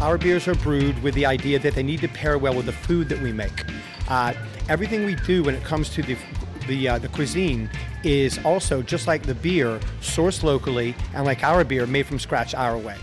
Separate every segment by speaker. Speaker 1: Our beers are brewed with the idea that they need to pair well with the food that we make. Uh, everything we do when it comes to the the, uh, the cuisine is also just like the beer sourced locally and like our beer made from scratch our way.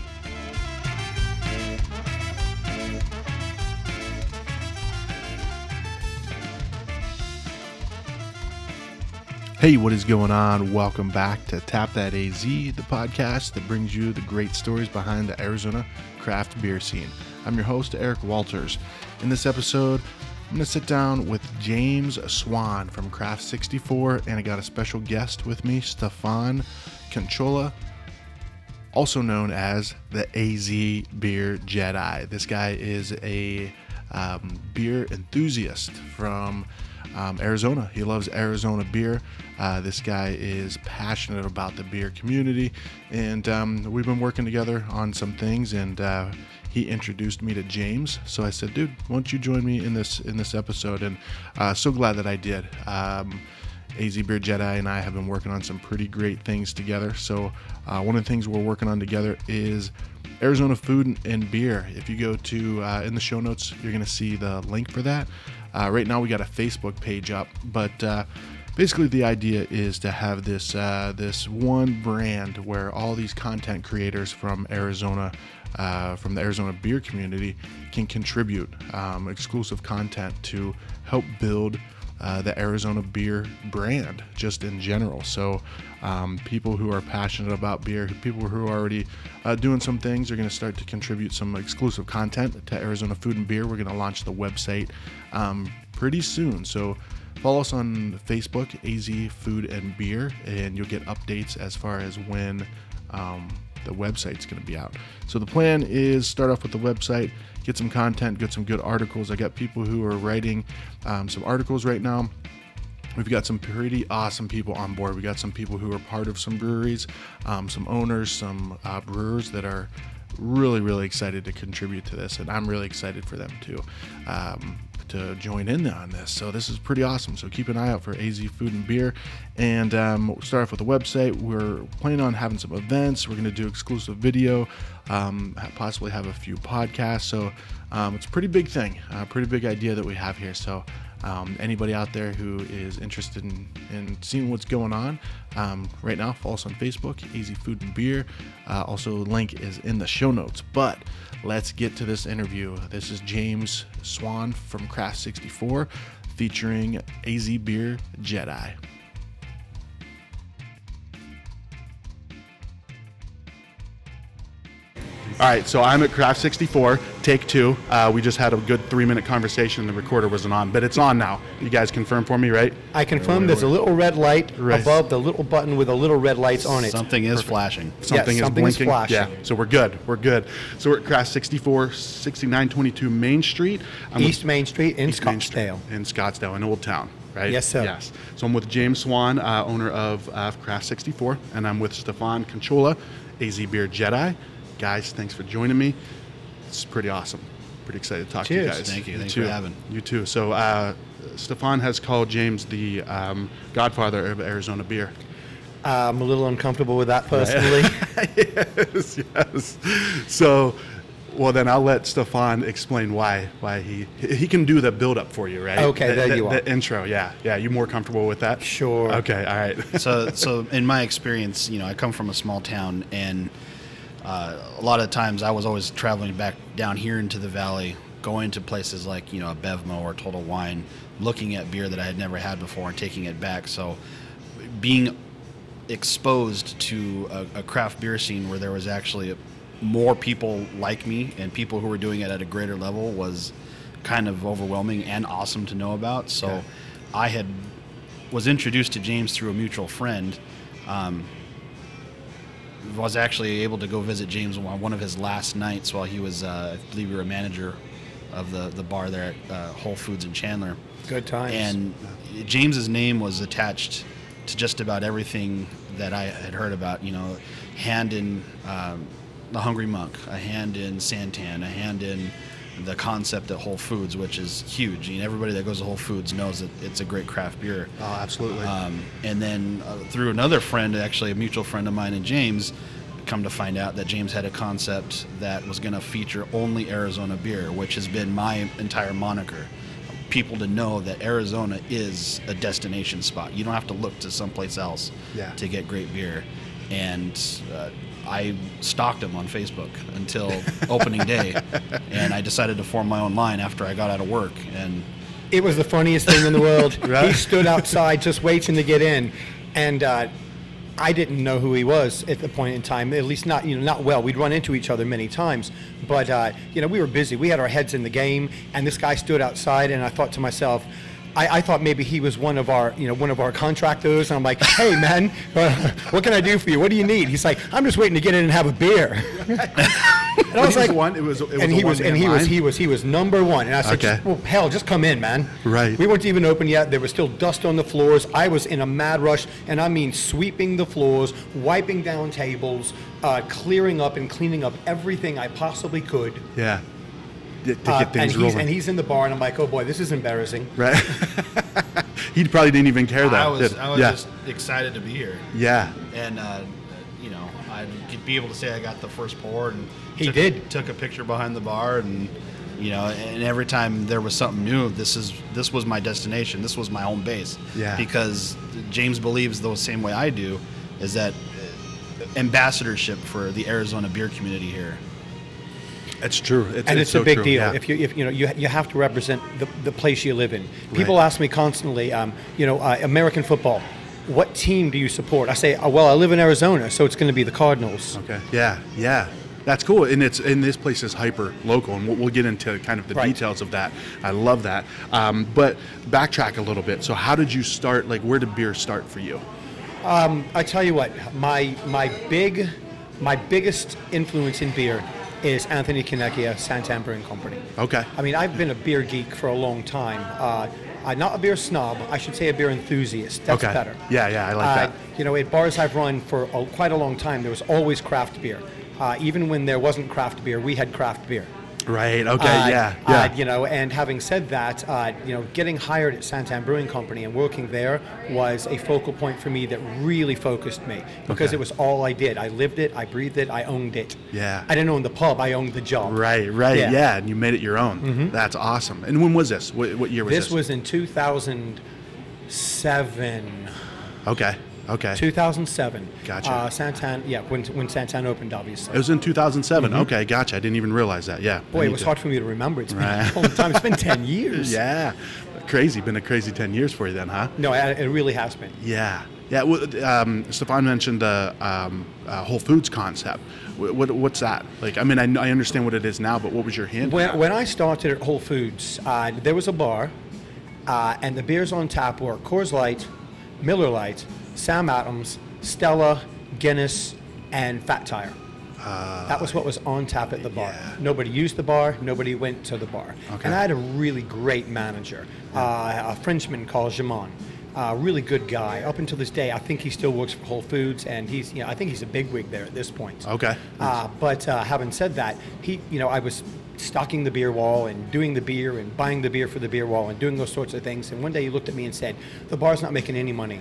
Speaker 2: Hey, what is going on? Welcome back to Tap That AZ, the podcast that brings you the great stories behind the Arizona craft beer scene. I'm your host, Eric Walters. In this episode, I'm going to sit down with James Swan from Craft 64, and I got a special guest with me, Stefan Conchola, also known as the AZ Beer Jedi. This guy is a um, beer enthusiast from um, Arizona. He loves Arizona beer. Uh, this guy is passionate about the beer community, and um, we've been working together on some things. And uh, he introduced me to James, so I said, "Dude, why don't you join me in this in this episode?" And uh, so glad that I did. Um, AZ Beer Jedi and I have been working on some pretty great things together. So, uh, one of the things we're working on together is Arizona food and- and beer. If you go to uh, in the show notes, you're going to see the link for that. Uh, right now, we got a Facebook page up, but uh, basically the idea is to have this uh, this one brand where all these content creators from Arizona uh, from the Arizona beer community can contribute um, exclusive content to help build uh, the Arizona beer brand just in general. So, um, people who are passionate about beer, people who are already uh, doing some things, are going to start to contribute some exclusive content to Arizona Food and Beer. We're going to launch the website um, pretty soon. So, Follow us on Facebook, AZ Food and Beer, and you'll get updates as far as when um, the website's going to be out. So the plan is start off with the website, get some content, get some good articles. I got people who are writing um, some articles right now. We've got some pretty awesome people on board. We got some people who are part of some breweries, um, some owners, some uh, brewers that are really, really excited to contribute to this, and I'm really excited for them too. Um, to join in on this. So this is pretty awesome. So keep an eye out for AZ Food and Beer. And um, we'll start off with the website. We're planning on having some events. We're going to do exclusive video, um, ha- possibly have a few podcasts. So um, it's a pretty big thing, a pretty big idea that we have here. So um, anybody out there who is interested in, in seeing what's going on um, right now, follow us on Facebook, Easy Food and Beer. Uh, also, link is in the show notes. But let's get to this interview. This is James Swan from Craft 64 featuring AZ Beer Jedi. All right, so I'm at Craft 64, take two. Uh, we just had a good three minute conversation and the recorder wasn't on, but it's on now. You guys confirm for me, right?
Speaker 1: I confirm there's a little red light
Speaker 2: Right.
Speaker 1: above the little button with the little red lights on it.
Speaker 3: Something is flashing.
Speaker 2: Something is
Speaker 1: something is
Speaker 2: blinking.
Speaker 1: flashing.
Speaker 2: yeah, so we're good. We're good. So we're at Craft 64, 6922 Main Street. I'm with-
Speaker 1: East Main Street in
Speaker 2: East Main Street
Speaker 1: Scottsdale.
Speaker 2: In Scottsdale, in Old Town, right?
Speaker 1: Yes, sir.
Speaker 2: Yes. So I'm with James Swan, uh, owner of uh, Craft 64, and I'm with Stefan Conchola, AZ Beer Jedi. Guys, thanks for joining me. It's pretty awesome. Pretty excited to talk to you
Speaker 1: Cheers.
Speaker 2: guys.
Speaker 3: Thank you. Thanks
Speaker 2: too.
Speaker 3: for having.
Speaker 2: You too. So uh, Stefan has called James the um, godfather of Arizona beer.
Speaker 1: I'm a little uncomfortable with that personally.
Speaker 2: yes, yes. So, well, then I'll let Stefan explain why why he he can do the build up for you, right?
Speaker 1: Okay,
Speaker 2: The-
Speaker 1: there
Speaker 2: the-
Speaker 1: you are.
Speaker 2: The intro, yeah, yeah. You more comfortable with that?
Speaker 1: Sure.
Speaker 2: Okay, all right.
Speaker 3: so, so in my experience, you know, I come from a small town, and uh, a lot of times I was always traveling back down here into the valley, going to places like you know a Bevmo or Total Wine, looking at beer that I had never had before and taking it back. So, being exposed to a, a craft beer scene where there was actually more people like me and people who were doing it at a greater level was kind of overwhelming and awesome to know about. So, I had was introduced to James through a mutual friend. Um, was actually able to go visit James on one of his last nights while he was, uh, I believe, you were a manager of the, the bar there at uh, Whole Foods in Chandler.
Speaker 1: Good times.
Speaker 3: And James's name was attached to just about everything that I had heard about. You know, hand in um, the Hungry Monk, a hand in Santan, a hand in the concept at Whole Foods, which is huge. You know, everybody that goes to Whole Foods knows that it's a great craft beer.
Speaker 2: Oh, absolutely.
Speaker 3: Um, and then uh, through another friend, actually a mutual friend of mine and James,
Speaker 2: come to find out that James had a concept that was going to feature only Arizona beer, which has been my entire moniker. People to know that Arizona is a destination spot. You don't have to look to someplace else
Speaker 4: Yeah.
Speaker 2: to get great beer. And uh, I stalked him on Facebook until opening day, and I decided to form my own line after I got out of work. And
Speaker 1: It was the funniest thing in the world. He stood outside just waiting to get in, and uh, I didn't know who he was at the point in time. At least not you know not well. We'd run into each other many times, but uh, you know we were busy. We had our heads in the game, and this guy stood outside, and I thought to myself. I, I thought maybe he was one of our, you know, one of our contractors, and I'm like, "Hey, man, what can I do for you? What do you need?" He's like, "I'm just waiting to get in and have a beer." and I
Speaker 4: he was one- it was- it was
Speaker 1: and
Speaker 4: a
Speaker 1: he was, and
Speaker 4: one-man
Speaker 1: he was,
Speaker 4: line?
Speaker 1: he was, he was number one. And I said,
Speaker 4: Okay.
Speaker 1: "Just- well, hell, just come in, man.
Speaker 4: Right.
Speaker 1: We weren't even open yet. There was still dust on the floors. I was in a mad rush, and I mean sweeping the floors, wiping down tables, uh, clearing up and cleaning up everything I possibly could.
Speaker 4: Yeah. To, to
Speaker 1: Uh,
Speaker 4: get things
Speaker 1: and, he's,
Speaker 4: rolling.
Speaker 1: and he's in the bar, and I'm like, oh boy, this is embarrassing.
Speaker 4: right. he probably didn't even care that.
Speaker 2: I was,
Speaker 4: did-
Speaker 2: I was
Speaker 4: yeah.
Speaker 2: just excited to be here.
Speaker 4: yeah.
Speaker 2: and uh, you know I'd be able to say I got the first pour and
Speaker 1: He
Speaker 2: took,
Speaker 1: did.
Speaker 2: took a picture behind the bar and you know and every time there was something new this is this was my destination this was my home base
Speaker 4: Yeah.
Speaker 2: because James believes the same way I do is that uh, ambassadorship for the Arizona beer community here
Speaker 4: It's true. It's,
Speaker 1: and it's, a
Speaker 4: so
Speaker 1: big
Speaker 4: true,
Speaker 1: deal.
Speaker 4: yeah.
Speaker 1: If you if you know you, you have to represent the, the place you live in. People
Speaker 4: Right.
Speaker 1: ask me constantly, um, you know, uh, American football. What team do you support? I say, oh, well, I live in Arizona, so it's going to be the Cardinals.
Speaker 4: Okay. Yeah, yeah. That's cool. And it's and this place is hyper local, and we'll, we'll get into kind of the
Speaker 1: Right.
Speaker 4: details of that. I love that. Um, but backtrack a little bit. So, how did you start? Like, where did beer start for you?
Speaker 1: I tell you what, my my big my biggest influence in beer is Anthony Kanecchia, Santan Brewing Company.
Speaker 4: Okay.
Speaker 1: I mean, I've been a beer geek for a long time. Uh, i not a beer snob. I should say a beer enthusiast. That's
Speaker 4: Okay.
Speaker 1: better. Uh,
Speaker 4: Yeah, yeah, I like that.
Speaker 1: You know, at bars I've run for a, quite a long time, there was always craft beer. Uh, even when there wasn't craft beer, we had craft beer.
Speaker 4: Right. Okay.
Speaker 1: Uh,
Speaker 4: yeah.
Speaker 1: uh,
Speaker 4: Yeah.
Speaker 1: you know, and having said that, uh, you know, getting hired at Santan Brewing Company and working there was a focal point for me that really focused me because
Speaker 4: Okay.
Speaker 1: it was all I did. I lived it, I breathed it, I owned it.
Speaker 4: Yeah.
Speaker 1: I didn't own the pub, I owned the job.
Speaker 4: Right. Right. Yeah.
Speaker 1: Yeah. Mm-hmm.
Speaker 4: And you made it your own. That's awesome. And when was this? What, what year was this?
Speaker 1: This was in 2007.
Speaker 4: okay. Okay.
Speaker 1: 2007.
Speaker 4: Gotcha.
Speaker 1: Uh, Santan, yeah, when, when Santan opened, obviously.
Speaker 4: it was in 2007. Okay. Gotcha. I didn't even realize that. Yeah. I
Speaker 1: Mm-hmm. Boy,
Speaker 4: need
Speaker 1: it was
Speaker 4: to-
Speaker 1: hard for me to remember. It's been
Speaker 4: Right.
Speaker 1: a long time. It's been 10 years.
Speaker 4: Yeah. Crazy. Been a crazy 10 years for you then, huh?
Speaker 1: No, it it really has been.
Speaker 4: Yeah, yeah. well, Um, Stefan mentioned the um, uh, Whole Foods concept. What, what, what's that? Like, I mean, I, kn- I understand what it is now, but what was your hint?
Speaker 1: When, when I started at Whole Foods, uh, there was a bar, uh, and the beers on tap were Coors Light, Miller Light, Sam Adams, Stella, Guinness, and Fat Tire. that was what was on tap at the bar.
Speaker 4: Ah. yeah.
Speaker 1: Nobody used the bar. Nobody went to the bar.
Speaker 4: Okay.
Speaker 1: And I had a really great manager, uh, a Frenchman called Jamon. A really good guy. Up until this day, I think he still works for Whole Foods, and he's, you know, I think he's a bigwig there at this point.
Speaker 4: okay.
Speaker 1: Uh, but uh, having said that, he, you know, I was stocking the beer wall and doing the beer and buying the beer for the beer wall and doing those sorts of things. And one day he looked at me and said, "The bar's not making any money.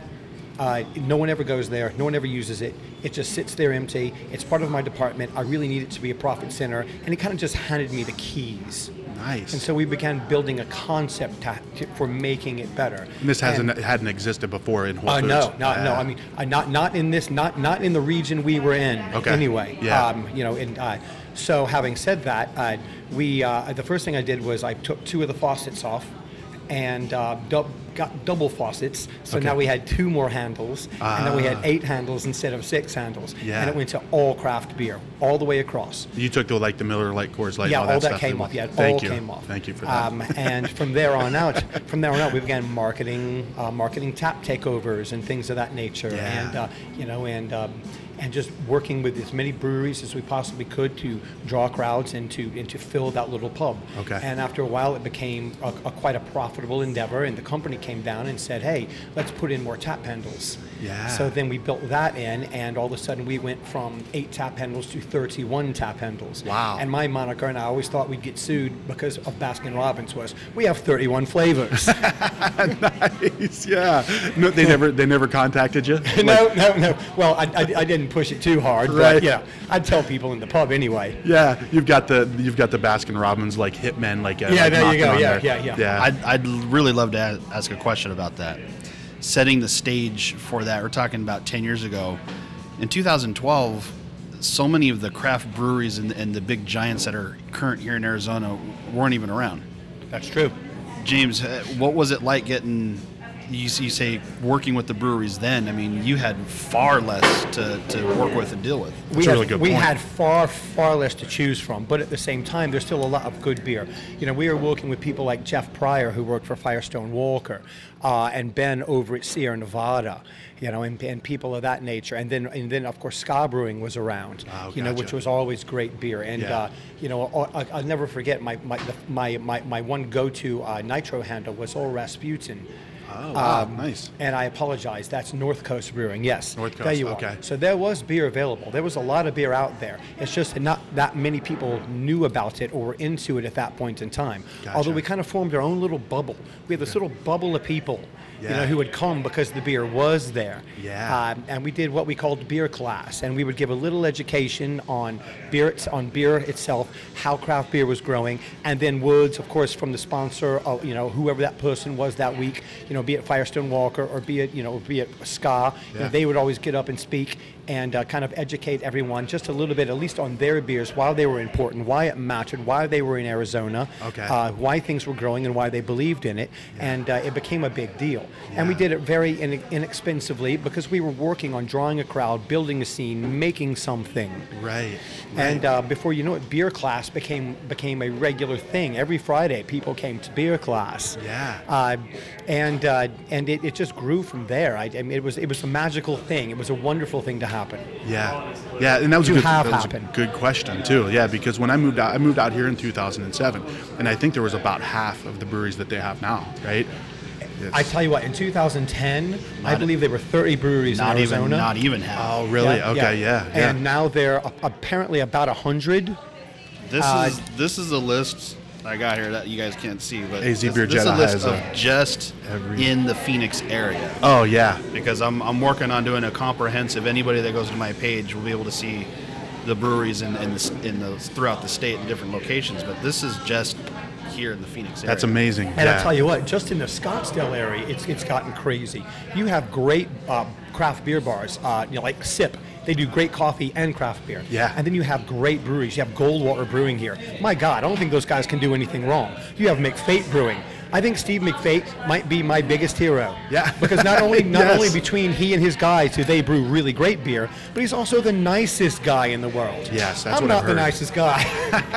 Speaker 1: Uh, no one ever goes there. No one ever uses it. It just sits there empty. It's part of my department. I really need it to be a profit center." And he kind of just handed me the keys.
Speaker 4: Nice.
Speaker 1: And so we began building a concept ta- to- for making it better.
Speaker 4: And this
Speaker 1: And-
Speaker 4: hasn't hadn't existed before in Whole
Speaker 1: uh,
Speaker 4: Foods.
Speaker 1: no, no, no.
Speaker 4: Yeah.
Speaker 1: I mean, uh, not not in this, not not in the region we were in.
Speaker 4: Okay.
Speaker 1: Anyway,
Speaker 4: Yeah.
Speaker 1: um, you know, and uh, so having said that, uh, we uh, the first thing I did was I took two of the faucets off, and uh, dub- got double faucets. So
Speaker 4: Okay. Ah.
Speaker 1: now we had two more handles, and then we had eight handles instead of six handles.
Speaker 4: Yeah.
Speaker 1: And it went to all craft beer, all the way across.
Speaker 4: you took the like the Miller Lite, Coors Light.
Speaker 1: Yeah,
Speaker 4: all
Speaker 1: all,
Speaker 4: that,
Speaker 1: that
Speaker 4: stuff.
Speaker 1: came off. Yeah, it
Speaker 4: Thank
Speaker 1: all
Speaker 4: you.
Speaker 1: came off.
Speaker 4: Thank you for that.
Speaker 1: Um, and from there on out, from there on out, we began marketing, uh, marketing tap takeovers and things of that nature,
Speaker 4: Yeah.
Speaker 1: and uh, you know, and um, and just working with as many breweries as we possibly could to draw crowds and to and to fill that little pub.
Speaker 4: Okay.
Speaker 1: And after a while, it became a, a quite a profitable endeavor, and the company came down and said, "Hey, let's put in more tap handles."
Speaker 4: Yeah.
Speaker 1: So then we built that in, and all of a sudden we went from eight tap handles to 31 tap handles.
Speaker 4: Wow.
Speaker 1: And my moniker, and I always thought we'd get sued because of Baskin Robbins, was we have 31 flavors.
Speaker 4: nice. Yeah. No, they never they never contacted you. Like,
Speaker 1: no, no, no. Well, I, I, I didn't wouldn't push it too hard,
Speaker 4: Right.
Speaker 1: but yeah, I'd tell people in the pub anyway.
Speaker 4: Yeah, you've got the you've got the Baskin Robbins like hitmen like uh,
Speaker 1: Yeah,
Speaker 4: like,
Speaker 1: there you
Speaker 4: knocking
Speaker 1: go.
Speaker 4: on
Speaker 1: Yeah,
Speaker 4: there.
Speaker 1: yeah, yeah.
Speaker 3: I'd, I'd really love to a- ask a question about that. Setting the stage for that, we're talking about 10 years ago. In 2012, so many of the craft breweries and, and the big giants that are current here in Arizona weren't even around.
Speaker 1: That's true.
Speaker 3: James, uh, what was it like getting, you, s- you say, working with the breweries then? I mean, you had far less to, to work with and deal with.
Speaker 4: That's
Speaker 1: we
Speaker 4: a
Speaker 1: had,
Speaker 4: really good
Speaker 1: we
Speaker 4: point.
Speaker 1: had far far less to choose from but at the same time there's still a lot of good beer you know we are working with people like jeff pryor who worked for firestone walker uh, and ben over at sierra nevada you know and, and people of that nature and then and then of course ska brewing was around
Speaker 4: Oh,
Speaker 1: you know
Speaker 4: gotcha.
Speaker 1: which was always great beer and
Speaker 4: Yeah.
Speaker 1: uh, you know I, I- i'll never forget my my the, my, my, my one go-to uh, nitro handle was old rasputin Um,
Speaker 4: Oh, wow, nice.
Speaker 1: And I apologize. That's North Coast Brewing. Yes,
Speaker 4: North
Speaker 1: There
Speaker 4: Coast,
Speaker 1: you are.
Speaker 4: okay.
Speaker 1: So there was beer available. There was a lot of beer out there. It's just that not that many people knew about it or were into it at that point in time.
Speaker 4: Gotcha.
Speaker 1: Although we kind of formed our own little bubble. We had this little bubble of people, you
Speaker 4: Yeah.
Speaker 1: know, who would come because the beer was there.
Speaker 4: Yeah.
Speaker 1: Um, and we did what we called beer class, and we would give a little education on beer it's- on beer itself, how craft beer was growing, and then words, of course, from the sponsor, uh, you know, whoever that person was that week, you know, be it Firestone Walker or be it you know be it Ska, you know,
Speaker 4: Yeah.
Speaker 1: they would always get up and speak and uh, kind of educate everyone just a little bit, at least on their beers, why they were important, why it mattered, why they were in Arizona,
Speaker 4: Okay.
Speaker 1: uh, why things were growing, and why they believed in it, and uh, it became a big deal. And we
Speaker 4: Yeah.
Speaker 1: did it very in- inexpensively because we were working on drawing a crowd, building a scene, making something.
Speaker 4: right.
Speaker 1: And uh, before you know it, beer class became became a regular thing. Every Friday, people came to beer class.
Speaker 4: Yeah.
Speaker 1: Uh, and uh, and it, it just grew from there. I, I mean, it was it was a magical thing. It was a wonderful thing to happen.
Speaker 4: Yeah, yeah, and that was, a
Speaker 1: You
Speaker 4: good,
Speaker 1: have
Speaker 4: that was a
Speaker 1: happened.
Speaker 4: good question too. Yeah, because when I moved out, I moved out here in 2007, and I think there was about half of the breweries that they have now, right? Yes.
Speaker 1: I tell you what, in 2010, I
Speaker 3: Not-
Speaker 1: believe there were 30 breweries
Speaker 3: Not
Speaker 1: in
Speaker 3: even,
Speaker 1: Arizona.
Speaker 3: not even half.
Speaker 4: oh, really?
Speaker 1: Yeah,
Speaker 4: okay, yeah, yeah.
Speaker 1: And now there are apparently about 100.
Speaker 3: This
Speaker 1: Uh,
Speaker 3: is this is a list I got here that you guys can't see, but
Speaker 4: AZ
Speaker 3: this,
Speaker 4: Beer
Speaker 3: this is a
Speaker 4: Jedi
Speaker 3: list
Speaker 4: has
Speaker 3: of
Speaker 4: a-
Speaker 3: just
Speaker 4: every-
Speaker 3: in the Phoenix area
Speaker 4: oh, yeah.
Speaker 3: because I'm I'm working on doing a comprehensive. Anybody that goes to my page will be able to see the breweries in in the, s- in the throughout the state in different locations. But this is just here in the Phoenix area.
Speaker 4: That's amazing.
Speaker 1: And
Speaker 4: yeah.
Speaker 1: I'll tell you what, just in the Scottsdale area, it's, it's gotten crazy. You have great uh, craft beer bars, uh, you know, like Sip. They do great coffee and craft beer.
Speaker 4: Yeah.
Speaker 1: And then you have great breweries. You have Goldwater Brewing here. My God, I don't think those guys can do anything wrong. You have McFate Brewing. I think Steve McFate might be my biggest hero.
Speaker 4: Yeah.
Speaker 1: Because not only not
Speaker 4: Yes.
Speaker 1: only between he and his guys who they brew really great beer, but he's also the nicest guy in the world.
Speaker 4: Yes, that's
Speaker 1: I'm
Speaker 4: what
Speaker 1: not the
Speaker 4: I've heard.
Speaker 1: nicest guy.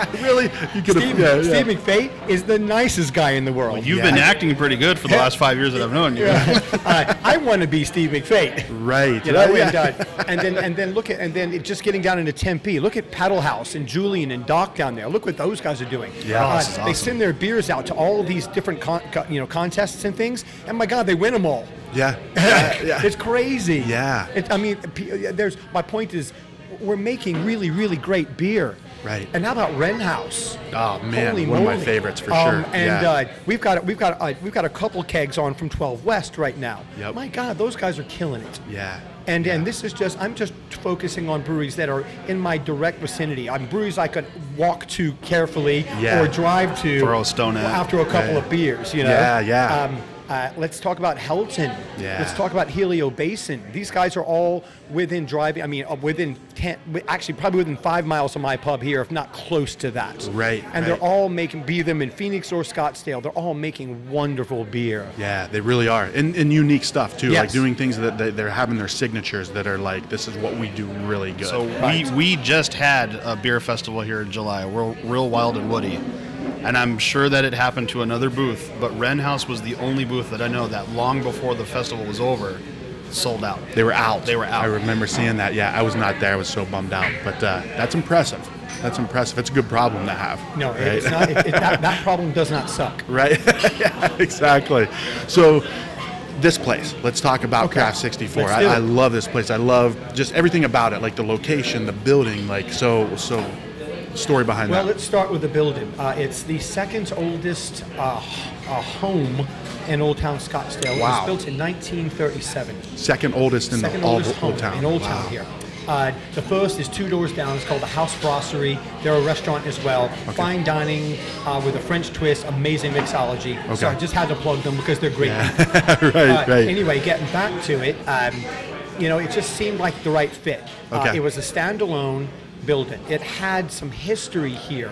Speaker 4: really, you could
Speaker 1: Steve,
Speaker 4: have. Yeah, yeah.
Speaker 1: Steve McFate is the nicest guy in the world.
Speaker 3: You've
Speaker 4: Yeah.
Speaker 3: been acting pretty good for the last five years that I've known you.
Speaker 1: uh, I want to be Steve McFate.
Speaker 4: Right.
Speaker 1: You know,
Speaker 4: Yeah.
Speaker 1: and, uh, and then and then look at and then it just getting down into Tempe. Look at Paddle House and Julian and Doc down there. Look what those guys are doing.
Speaker 4: Yeah,
Speaker 1: Uh,
Speaker 4: this is
Speaker 1: they
Speaker 4: awesome.
Speaker 1: send their beers out to all these different con- co- you know contests and things, and my God, they win them all.
Speaker 4: yeah. Yeah. yeah.
Speaker 1: It's crazy.
Speaker 4: Yeah.
Speaker 1: It, I mean, p- there's my point is, we're making really really great beer.
Speaker 4: Right.
Speaker 1: And how about Ren House?
Speaker 4: Oh, man, one of my favorites for
Speaker 1: Um,
Speaker 4: sure.
Speaker 1: And
Speaker 4: Yeah.
Speaker 1: uh, we've got we've got uh, we've got a couple kegs on from 12 West right now.
Speaker 4: Yep.
Speaker 1: My God, those guys are killing it.
Speaker 4: Yeah.
Speaker 1: And
Speaker 4: yeah.
Speaker 1: and this is just I'm just focusing on breweries that are in my direct vicinity. I'm breweries I could walk to carefully
Speaker 4: Yeah.
Speaker 1: or drive to
Speaker 3: Throw a stone at.
Speaker 1: after a couple
Speaker 4: Yeah.
Speaker 1: of beers. You know.
Speaker 4: Yeah, yeah.
Speaker 1: Um, uh, let's talk about Helton.
Speaker 4: Yeah.
Speaker 1: Let's talk about Helio Basin. These guys are all within driving. I mean, uh, within ten, wi- actually probably within five miles of my pub here, if not close to that.
Speaker 4: Right,
Speaker 1: And they're
Speaker 4: right.
Speaker 1: all making, be them in Phoenix or Scottsdale, they're all making wonderful beer.
Speaker 4: Yeah, they really are, and, and unique stuff too. Like
Speaker 1: Yes.
Speaker 4: doing things that they, they're having their signatures that are like, this is what we do really good.
Speaker 3: So we, we just had a beer festival here in July, Real, Real Wild and Woody. And I'm sure that it happened to another booth, but Ren House was the only booth that I know that long before the festival was over, sold out.
Speaker 4: They were out.
Speaker 3: They were out.
Speaker 4: I remember seeing that. Yeah, I was not there. I was so bummed out. But uh, that's impressive. That's impressive. It's a good problem to have.
Speaker 1: No,
Speaker 4: right?
Speaker 1: it's not. It, it, that, that problem does not suck.
Speaker 4: right? yeah, exactly. So this place, let's talk about
Speaker 1: Okay.
Speaker 4: Craft 64.
Speaker 1: Let's
Speaker 4: I,
Speaker 1: do
Speaker 4: I
Speaker 1: it.
Speaker 4: love this place. I love just everything about it, like the location, the building, like so so story behind
Speaker 1: Well,
Speaker 4: that.
Speaker 1: let's start with the building. Uh, it's the second oldest uh, h- uh, home in Old Town Scottsdale. It
Speaker 4: Wow.
Speaker 1: was built in 1937.
Speaker 4: Second oldest in
Speaker 1: Second
Speaker 4: the all
Speaker 1: oldest
Speaker 4: old
Speaker 1: home
Speaker 4: town.
Speaker 1: in Old
Speaker 4: Wow.
Speaker 1: Town here. Uh, the first is two doors down. It's called the House Brasserie. They're a restaurant as well. Fine dining uh, with a French twist. Amazing mixology.
Speaker 4: Okay.
Speaker 1: So I just had to plug them because they're great.
Speaker 4: right,
Speaker 1: Uh,
Speaker 4: right.
Speaker 1: Anyway, getting back to it, um, you know, it just seemed like the right fit. Uh,
Speaker 4: Okay.
Speaker 1: it was a standalone building. It had some history here.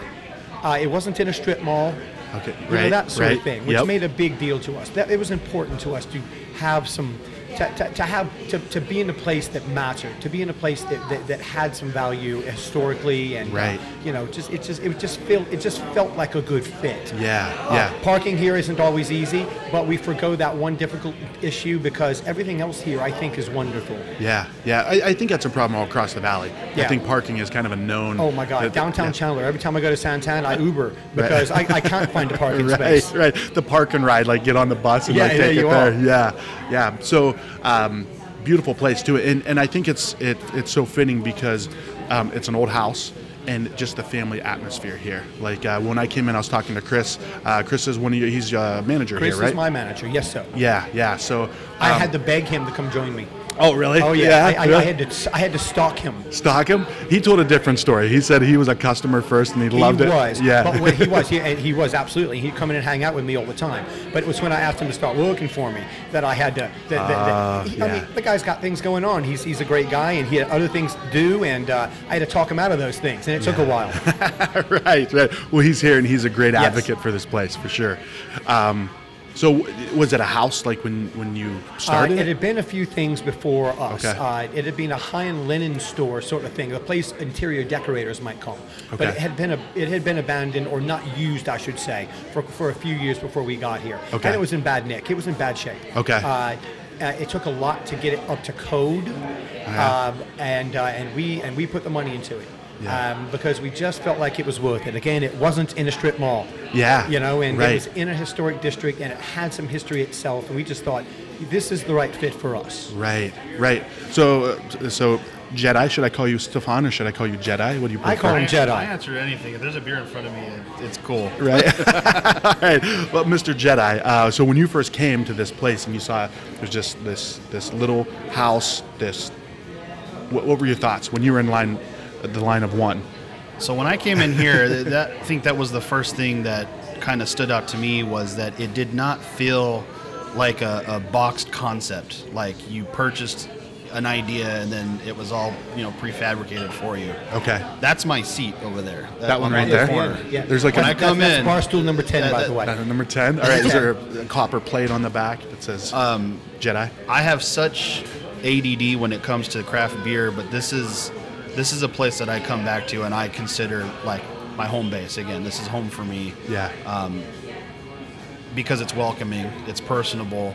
Speaker 1: Uh, it wasn't in a strip mall.
Speaker 4: Okay,
Speaker 1: You know,
Speaker 4: right,
Speaker 1: that sort
Speaker 4: right,
Speaker 1: of thing, which
Speaker 4: yep.
Speaker 1: made a big deal to us. That it was important to us to have some, to, to, to have to, to be in a place that mattered, to be in a place that, that, that had some value historically, and uh,
Speaker 4: Right.
Speaker 1: you know, just it just it just felt it just felt like a good fit.
Speaker 4: Yeah,
Speaker 1: Uh,
Speaker 4: yeah.
Speaker 1: Parking here isn't always easy, but we forgo that one difficult issue because everything else here, I think, is wonderful.
Speaker 4: Yeah, yeah. I, I think that's a problem all across the valley. I
Speaker 1: Yeah.
Speaker 4: think parking is kind of a known.
Speaker 1: Oh my God,
Speaker 4: that-
Speaker 1: downtown
Speaker 4: yeah.
Speaker 1: Chandler. Every time I go to Santana, I Uber because I, I can't find a parking
Speaker 4: Right,
Speaker 1: space.
Speaker 4: right. The park and ride, like get on the bus and
Speaker 1: Yeah,
Speaker 4: like
Speaker 1: yeah,
Speaker 4: take it
Speaker 1: you
Speaker 4: there.
Speaker 1: are.
Speaker 4: Yeah, yeah. So um, beautiful place too, and and I think it's it it's so fitting because um, it's an old house. And just the family atmosphere here. Like uh, when I came in, I was talking to Chris. Uh, Chris is one of your, he's your manager
Speaker 1: Chris
Speaker 4: here, right?
Speaker 1: is my manager. Yes, sir.
Speaker 4: yeah, yeah. So
Speaker 1: I
Speaker 4: um,
Speaker 1: had to beg him to come join me.
Speaker 4: Oh, really?
Speaker 1: Oh yeah, I, I,
Speaker 4: really?
Speaker 1: I had to. I had to stalk him.
Speaker 4: Stock him. He told a different story. He said he was a customer first and he loved
Speaker 1: he
Speaker 4: it.
Speaker 1: was.
Speaker 4: Yeah.
Speaker 1: But when he was, he, and he was absolutely. He'd come in and hang out with me all the time. But it was when I asked him to start working for me that I had to. That, that, that-
Speaker 4: Ah,
Speaker 1: he-
Speaker 4: yeah.
Speaker 1: I mean, the guy's got things going on. He's, he's a great guy, and he had other things to do, and uh, I had to talk him out of those things, and it took a while.
Speaker 4: right, right. Well, he's here and he's a great
Speaker 1: Yes.
Speaker 4: advocate for this place for sure. Um, so, w- was it a house like when when you
Speaker 1: Uh,
Speaker 4: started?
Speaker 1: it had been a few things before us.
Speaker 4: Okay.
Speaker 1: Uh, it had been a high-end linen store sort of thing, a place interior decorators might call. it. But
Speaker 4: Okay.
Speaker 1: it had been a, it had been abandoned or not used, I should say, for, for a few years before we got here.
Speaker 4: Okay.
Speaker 1: And it was in bad nick. It was in bad shape.
Speaker 4: Okay.
Speaker 1: Uh, uh, it took a lot to get it up to code,
Speaker 4: Uh-huh.
Speaker 1: um, and uh, and we and we put the money into it.
Speaker 4: Yeah.
Speaker 1: Um, because we just felt like it was worth it. Again, it wasn't in a strip mall.
Speaker 4: Yeah,
Speaker 1: You know, and
Speaker 4: right.
Speaker 1: it was in a historic district and it had some history itself and we just thought this is the right fit for us
Speaker 4: right, right. So, uh, so Jedi. Should I call you Stefan or should I call you Jedi? What do you prefer?
Speaker 1: I call him Jedi.
Speaker 3: I answer anything. If there's a beer in front of me, it- it's cool.
Speaker 4: Right. All right. Well, Mr. Jedi. Uh, so when you first came to this place and you saw there's just this this little house. This. What, what were your thoughts when you were in line, the line of one?
Speaker 3: So when I came in here, th- that I think that was the first thing that kind of stood out to me was that it did not feel like a, a boxed concept. Like you purchased an idea and then it was all you know prefabricated for you.
Speaker 4: Okay.
Speaker 3: That's my seat over there.
Speaker 4: That one right
Speaker 3: on the
Speaker 4: there?
Speaker 3: corner.
Speaker 1: Yeah.
Speaker 4: There's like
Speaker 3: When
Speaker 4: a,
Speaker 3: I come
Speaker 1: that's,
Speaker 3: in-
Speaker 1: that's barstool number 10
Speaker 3: Yeah,
Speaker 1: by
Speaker 3: that-
Speaker 1: the way
Speaker 4: Uh, number 10. All right. Is there a, a copper plate on the back that says um, Jedi?
Speaker 3: I have such ADD when it comes to craft beer, but this is this is a place that I come back to and I consider like my home base again. This is home for me.
Speaker 4: Yeah.
Speaker 3: because it's welcoming, it's personable.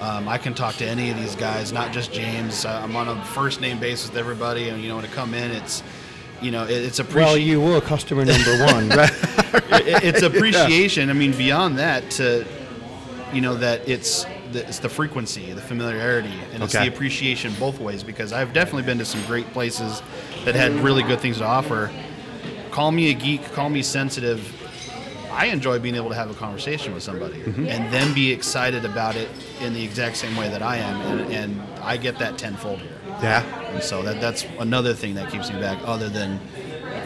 Speaker 3: Um, I can talk to any of these guys, not just James. Uh, I'm on a first name basis with everybody, and you know when I come in, it's you know it, it's
Speaker 1: well
Speaker 3: appreciation.
Speaker 1: you were customer number one right
Speaker 3: it's appreciation. I mean, beyond that, to you know that it's the, it's the frequency, the familiarity, and it's
Speaker 4: Okay.
Speaker 3: the appreciation both ways. Because I've definitely been to some great places that had really good things to offer. Call me a geek, call me sensitive. I enjoy being able to have a conversation with somebody and then be excited about it in the exact same way that I am, and, and I get that tenfold here.
Speaker 4: yeah.
Speaker 3: And so that that's another thing that keeps me back, other than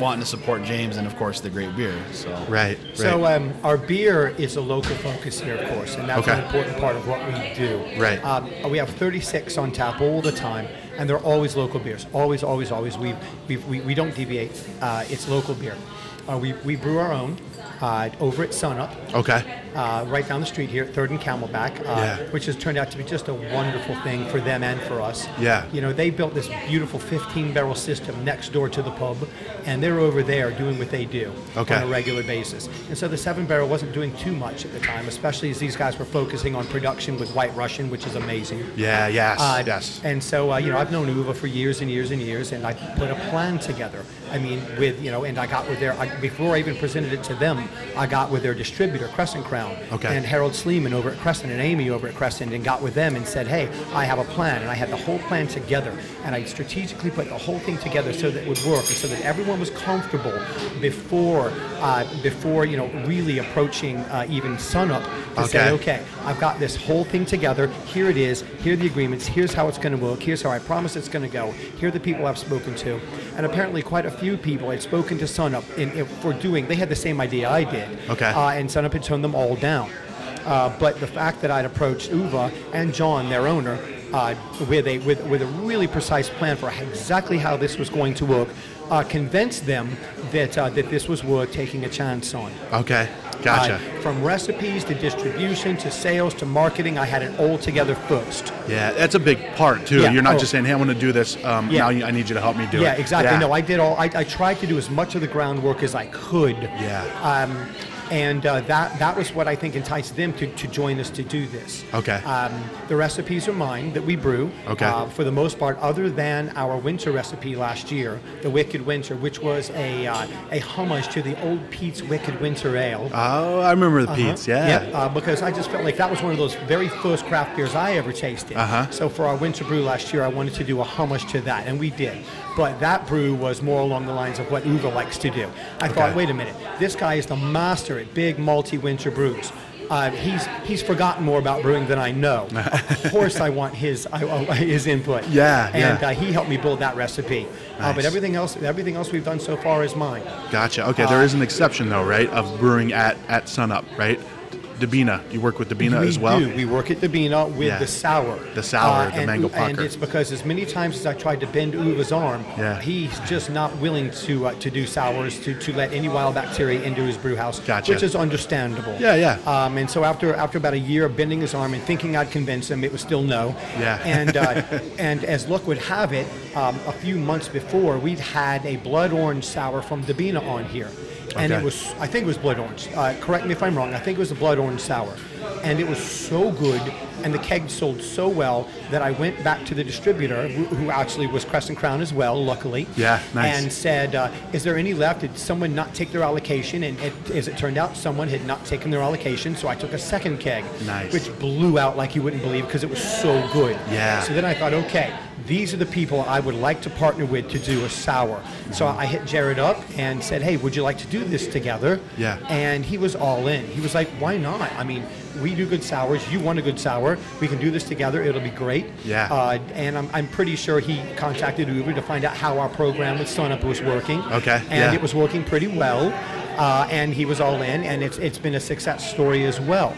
Speaker 3: wanting to support James and of course the great beer. So
Speaker 4: Right. Right.
Speaker 1: So um, our beer is a local focus here, of course, and that's
Speaker 4: Okay.
Speaker 1: an important part of what we do.
Speaker 4: Right.
Speaker 1: Um, we have 36 on tap all the time, and they're always local beers. Always, always, always. We've, we've, we we don't deviate. Uh, it's local beer. Uh, we we brew our own uh, over at Sunup.
Speaker 4: okay.
Speaker 1: uh, right down the street here at Third and Camelback, uh,
Speaker 4: Yeah.
Speaker 1: which has turned out to be just a wonderful thing for them and for us.
Speaker 4: Yeah.
Speaker 1: You know, they built this beautiful 15 barrel system next door to the pub, and they're over there doing what they do
Speaker 4: Okay.
Speaker 1: on a regular basis. And so the seven barrel wasn't doing too much at the time, especially as these guys were focusing on production with White Russian, which is amazing.
Speaker 4: Yeah. Yes.
Speaker 1: Uh,
Speaker 4: yes.
Speaker 1: And so, uh, you know, I've known Uva for years and years and years, and I put a plan together. I mean, with, you know, and I got with their, I, before I even presented it to them, I got with their distributor, Crescent Crown, Brown
Speaker 4: Okay.
Speaker 1: and Harold Sleeman over at Crescent and Amy over at Crescent and got with them and said, hey, I have a plan. And I had the whole plan together. And I strategically put the whole thing together so that it would work and so that everyone was comfortable before, uh, before you know, really approaching uh, even sunup to say, okay,
Speaker 4: Okay.
Speaker 1: okay, I've got this whole thing together. Here it is. Here are the agreements. Here's how it's going to work. Here's how I promise it's going to go. Here are the people I've spoken to. And apparently, quite a few people had spoken to SunUp in, in, for doing, they had the same idea I did.
Speaker 4: Okay.
Speaker 1: Uh, and SunUp had turned them all down. Uh, but the fact that I'd approached Uva and John, their owner, uh, with, a, with, with a really precise plan for exactly how this was going to work, uh, convinced them that, uh, that this was worth taking a chance on.
Speaker 4: Okay. Gotcha.
Speaker 1: Uh, from recipes to distribution to sales to marketing, I had it all together first.
Speaker 4: yeah, that's a big part too.
Speaker 1: Yeah,
Speaker 4: You're not
Speaker 1: oh.
Speaker 4: just saying, "Hey, I want to do this." Um,
Speaker 1: Yeah.
Speaker 4: Now you- I need you to help me do
Speaker 1: yeah,
Speaker 4: it.
Speaker 1: exactly. No, I did all. I, I tried to do as much of the groundwork as I could.
Speaker 4: Yeah.
Speaker 1: Um, and uh, that that was what I think enticed them to, to join us to do this.
Speaker 4: Okay.
Speaker 1: Um, the recipes are mine that we brew.
Speaker 4: Okay.
Speaker 1: Uh, for the most part, other than our winter recipe last year, the Wicked Winter, which was a uh, a homage to the old Pete's Wicked Winter Ale.
Speaker 4: Oh, I remember the Pete's. Yeah.
Speaker 1: uh, because I just felt like that was one of those very first craft beers I ever tasted.
Speaker 4: Uh-huh.
Speaker 1: So for our winter brew last year, I wanted to do a homage to that, and we did. But that brew was more along the lines of what Uva likes to do. I
Speaker 4: Okay.
Speaker 1: thought, wait a minute, this guy is the master at big multi winter brews. Uh, he's he's forgotten more about brewing than I know. of course, I want his I, I- his input.
Speaker 4: Yeah,
Speaker 1: and
Speaker 4: yeah.
Speaker 1: Uh, he helped me build that recipe. Uh,
Speaker 4: Nice.
Speaker 1: but everything else everything else we've done so far is mine.
Speaker 4: Gotcha. Okay,
Speaker 1: Uh,
Speaker 4: there is an exception though, right? Of brewing at at sunup, right? Dabina, you work with Dabina
Speaker 1: we
Speaker 4: as well.
Speaker 1: do. We work at the Bina with
Speaker 4: Yeah.
Speaker 1: the sour. Uh,
Speaker 4: The sour, the
Speaker 1: and
Speaker 4: mango
Speaker 1: U- And
Speaker 4: pucker.
Speaker 1: it's because as many times as I tried to bend Uva's arm,
Speaker 4: Yeah.
Speaker 1: he's just not willing to uh, to do sours, to, to let any wild bacteria into his brew house,
Speaker 4: Gotcha.
Speaker 1: which is understandable.
Speaker 4: Yeah, yeah.
Speaker 1: Um, and so after after about a year of bending his arm and thinking I'd convince him, it was still no.
Speaker 4: Yeah.
Speaker 1: And uh, and as luck would have it, um, a few months before, we'd had a blood orange sour from Dabina on here. And
Speaker 4: Okay.
Speaker 1: it was I think it was blood orange. Uh, correct me if I'm wrong. I think it was the blood orange sour, and it was so good, and the keg sold so well that I went back to the distributor, who, who actually was Crescent Crown as well, luckily.
Speaker 4: Yeah, nice.
Speaker 1: And said, uh, "Is there any left? Did someone not take their allocation?" And it, as it turned out, someone had not taken their allocation, so I took a second keg,
Speaker 4: Nice.
Speaker 1: which blew out like you wouldn't believe because it was so good.
Speaker 4: Yeah.
Speaker 1: So then I thought, okay, these are the people I would like to partner with to do a sour. So I hit Jared up and said, hey, would you like to do this together?
Speaker 4: Yeah.
Speaker 1: And he was all in. He was like, why not? I mean, we do good sours. You want a good sour. We can do this together. It'll be great.
Speaker 4: Yeah.
Speaker 1: Uh, and I'm, I'm pretty sure he contacted Uber to find out how our program with SunUp was working.
Speaker 4: Okay,
Speaker 1: And
Speaker 4: yeah.
Speaker 1: it was working pretty well. Uh, and he was all in. And it's, it's been a success story as well.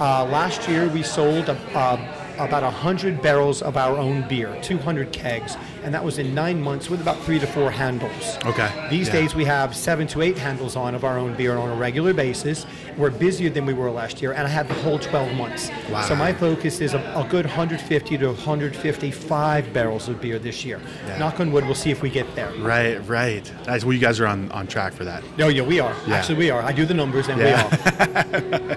Speaker 1: Uh, last year, we sold a, uh, about 100 barrels of our own beer, 200 kegs, and that was in nine months with about three to four handles.
Speaker 4: Okay,
Speaker 1: These
Speaker 4: yeah.
Speaker 1: days, we have seven to eight handles on of our own beer on a regular basis. We're busier than we were last year, and I had the whole 12 months.
Speaker 4: Wow.
Speaker 1: So my focus is a, a good 150 to 155 barrels of beer this year.
Speaker 4: Yeah.
Speaker 1: Knock on wood, we'll see if we get there.
Speaker 4: Right, right. Nice. Well, you guys are on on track for that.
Speaker 1: No, yeah, we are.
Speaker 4: Yeah.
Speaker 1: Actually, we are. I do the numbers, and
Speaker 4: Yeah.
Speaker 1: we are.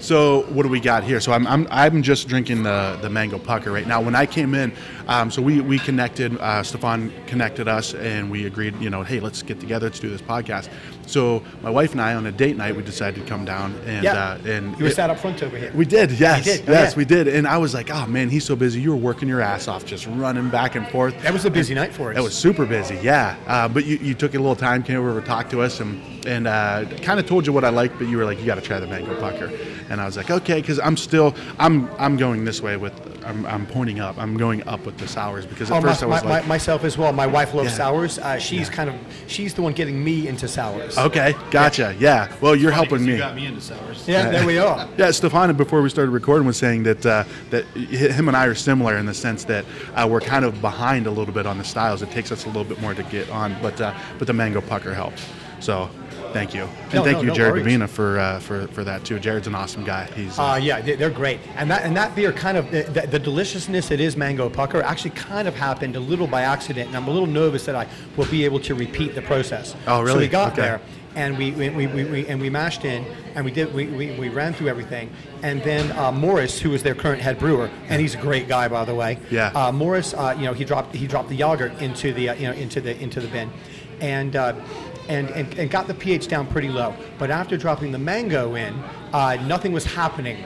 Speaker 4: So what do we got here? So I'm I'm, I'm just drinking the the mango pucker right now. When I came in, um, so we we connected. Uh, Stefan connected us, and we agreed. You know, hey, let's get together. Let's do this podcast. So my wife and I on a date night, we decided to come down and
Speaker 1: Yeah.
Speaker 4: uh, and
Speaker 1: you were
Speaker 4: it-
Speaker 1: sat up front over here.
Speaker 4: We did, yes,
Speaker 1: did, oh,
Speaker 4: yes,
Speaker 1: yeah.
Speaker 4: we did, and I was like, "Oh man, he's so busy. You were working your ass off, just running back and forth."
Speaker 1: that was a busy night for us.
Speaker 4: That was super busy, yeah. Uh, but you, you took a little time, came over, talked to us, and and uh, kind of told you what I liked, but you were like, you got to try the mango pucker, and I was like, okay, because I'm still, I'm I'm going this way with, I'm, I'm pointing up, I'm going up with the sours because at
Speaker 1: Oh, my,
Speaker 4: first I was
Speaker 1: my,
Speaker 4: like,
Speaker 1: my, myself as well. My wife loves
Speaker 4: Yeah. Oh.
Speaker 1: sours. Uh, she's kind of she's the one getting me into sours.
Speaker 4: okay, gotcha, yeah. Well, you're helping
Speaker 3: You
Speaker 4: me.
Speaker 3: got me into sours.
Speaker 1: Yeah, there we are.
Speaker 4: Yeah, Stefan, before we started recording, was saying that uh, that hi- him and I are similar in the sense that uh, we're kind of behind a little bit on the styles. It takes us a little bit more to get on, but uh, but the mango pucker helps. So, thank you, and
Speaker 1: No,
Speaker 4: thank
Speaker 1: no,
Speaker 4: you,
Speaker 1: no
Speaker 4: Jared
Speaker 1: worries.
Speaker 4: Davina, for uh, for for that too. Jared's an awesome guy. He's uh,
Speaker 1: Uh, yeah, they- they're great, and that and that beer kind of the, the, the deliciousness it is mango pucker actually kind of happened a little by accident, and I'm a little nervous that I will be able to repeat the process.
Speaker 4: Oh,
Speaker 1: So
Speaker 4: really?
Speaker 1: we got
Speaker 4: Okay.
Speaker 1: there, and we, we, we, we, we and we mashed in, and we did we, we, we ran through everything, and then uh, Morris, who is their current head brewer, and he's a great guy by the way.
Speaker 4: Yeah.
Speaker 1: Uh, Morris, uh, you know, he dropped he dropped the yogurt into the uh, you know into the into the bin, and. Uh, and, and, and got the pH down pretty low. But after dropping the mango in, uh, nothing was happening.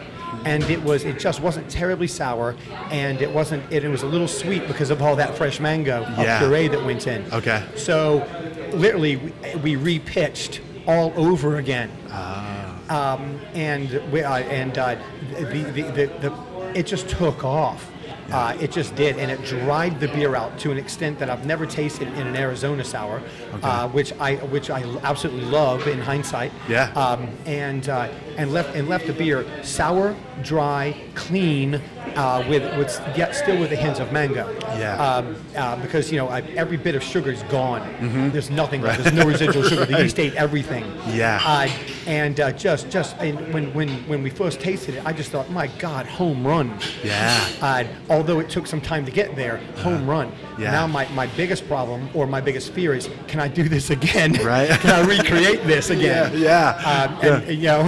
Speaker 1: And it was it just wasn't terribly sour, and it wasn't it, it was a little sweet because of all that fresh mango
Speaker 4: Yeah.
Speaker 1: uh, puree that went in.
Speaker 4: Okay.
Speaker 1: So, literally, we, we repitched all over again.
Speaker 4: Ah.
Speaker 1: Um, and we, uh, and uh, the, the, the, the, it just took off. Uh, it just did, and it dried the beer out to an extent that I've never tasted in an Arizona sour, uh, which I which I absolutely love in hindsight.
Speaker 4: Yeah.
Speaker 1: Um, and uh, and left and left the beer sour, dry, clean, uh, with with yet still with the hints of mango.
Speaker 4: Yeah.
Speaker 1: Um, uh, because you know I, every bit of sugar is gone.
Speaker 4: Mm-hmm.
Speaker 1: There's nothing. left. There's no residual sugar. The yeast ate everything.
Speaker 4: Yeah.
Speaker 1: Uh, and uh, just just and when when when we first tasted it, I just thought, my God, home run.
Speaker 4: Yeah. Uh-huh.
Speaker 1: Uh, although it took some time to get there, home run.
Speaker 4: yeah.
Speaker 1: Now my, my biggest problem or my biggest fear is, can I do this again?
Speaker 4: Right.
Speaker 1: can I recreate this
Speaker 4: Yeah.
Speaker 1: again?
Speaker 4: Yeah.
Speaker 1: Um, and, you know,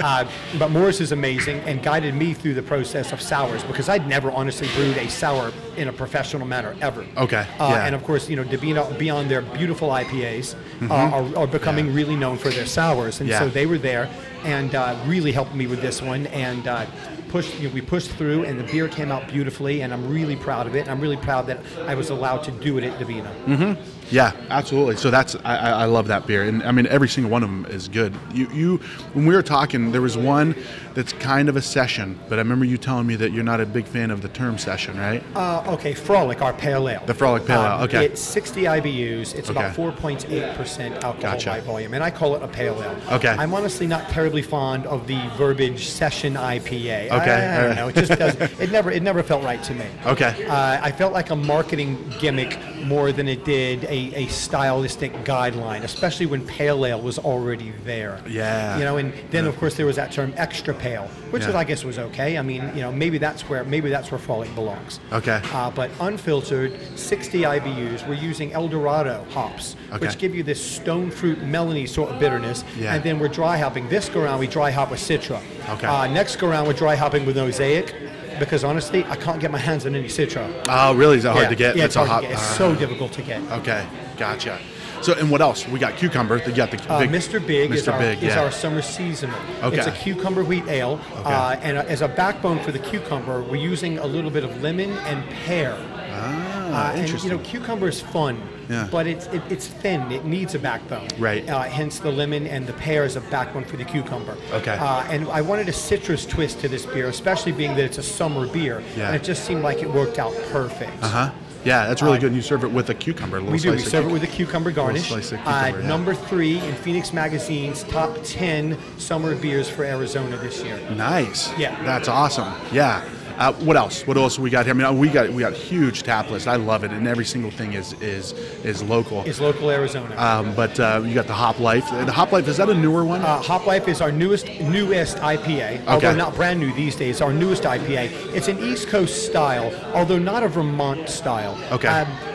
Speaker 1: uh, but Morris is amazing and guided me through the process of sours because I'd never honestly brewed a sour in a professional manner ever.
Speaker 4: Okay,
Speaker 1: Uh,
Speaker 4: yeah.
Speaker 1: And of course, you know, Dabino, beyond their beautiful IPAs, uh, are, are becoming really known for their sours, and
Speaker 4: Mm-hmm. Yeah.
Speaker 1: so they were there and uh, really helped me with this one and. Uh, Pushed, you know, we pushed through, and the beer came out beautifully, and I'm really proud of it. And I'm really proud that I was allowed to do it at Davina.
Speaker 4: Yeah, absolutely. So that's I, I I love that beer, and I mean every single one of them is good. You you when we were talking, there was one that's kind of a session, but I remember you telling me that you're not a big fan of the term session, right?
Speaker 1: Uh, okay, Frolic, our pale ale. Um,
Speaker 4: The Frolic pale ale, okay.
Speaker 1: It's 60 IBUs. It's about
Speaker 4: Okay.
Speaker 1: 4.8% alcohol
Speaker 4: Gotcha.
Speaker 1: by volume, and I call it a pale ale.
Speaker 4: Okay.
Speaker 1: I'm honestly not terribly fond of the verbiage session IPA. Okay. I, I
Speaker 4: all right.
Speaker 1: don't know. It just does. it never. It never felt right to me.
Speaker 4: Okay.
Speaker 1: Uh, I felt like a marketing gimmick more than it did a, a stylistic guideline, especially when pale ale was already there.
Speaker 4: Yeah.
Speaker 1: You know, and then of course there was that term extra pale, which
Speaker 4: Yeah.
Speaker 1: is, I guess was okay. I mean, you know, maybe that's where maybe that's where Frolic belongs.
Speaker 4: Okay.
Speaker 1: Uh, but unfiltered, 60 IBUs. We're using El Dorado hops,
Speaker 4: Okay.
Speaker 1: which give you this stone fruit melony sort of bitterness.
Speaker 4: Yeah.
Speaker 1: And then we're dry hopping. This go round we dry hop with Citra.
Speaker 4: Okay.
Speaker 1: Uh, next go round we're dry hopping with Mosaic, because honestly I can't get my hands on any Citra.
Speaker 4: oh, really? Is that hard
Speaker 1: Yeah.
Speaker 4: to get?
Speaker 1: Yeah,
Speaker 4: That's
Speaker 1: it's hard to get.
Speaker 4: uh,
Speaker 1: It's so difficult to get.
Speaker 4: okay, gotcha. So and what else? We got cucumber. You got the
Speaker 1: Uh,
Speaker 4: big,
Speaker 1: Mr. Big, is,
Speaker 4: Mr.
Speaker 1: Our,
Speaker 4: Big,
Speaker 1: is
Speaker 4: yeah.
Speaker 1: our summer seasonal.
Speaker 4: Okay.
Speaker 1: It's a cucumber wheat ale, uh, and uh, as a backbone for the cucumber, we're using a little bit of lemon and pear.
Speaker 4: ah,
Speaker 1: Uh, and you
Speaker 4: interesting.
Speaker 1: know, cucumber is fun,
Speaker 4: Yeah.
Speaker 1: but it's it, it's thin. It needs a backbone.
Speaker 4: Right.
Speaker 1: Uh, hence the lemon and the pear is a backbone for the cucumber.
Speaker 4: Okay.
Speaker 1: Uh, and I wanted a citrus twist to this beer, especially being that it's a summer beer,
Speaker 4: Yeah.
Speaker 1: and it just seemed like it worked out perfect.
Speaker 4: uh huh. Yeah, that's really good. And you serve it with a cucumber. A little
Speaker 1: We do. We
Speaker 4: slice of
Speaker 1: serve it
Speaker 4: cuc-
Speaker 1: with a cucumber garnish.
Speaker 4: slice of
Speaker 1: uh,
Speaker 4: cucumber, yeah.
Speaker 1: Number three in Phoenix Magazine's top 10 summer beers for Arizona this year.
Speaker 4: Nice.
Speaker 1: Yeah.
Speaker 4: That's awesome. Yeah. Uh, what else? What else we got here? I mean, we got we got huge tap list. I love it, and every single thing is is is local.
Speaker 1: Is local Arizona.
Speaker 4: Um, but uh, you got the Hop Life. The Hop Life is that a newer one?
Speaker 1: Uh, Hop Life is our newest newest IPA, although not brand new these days. Our newest IPA. It's an East Coast style, although not a Vermont style. Um,
Speaker 4: Okay.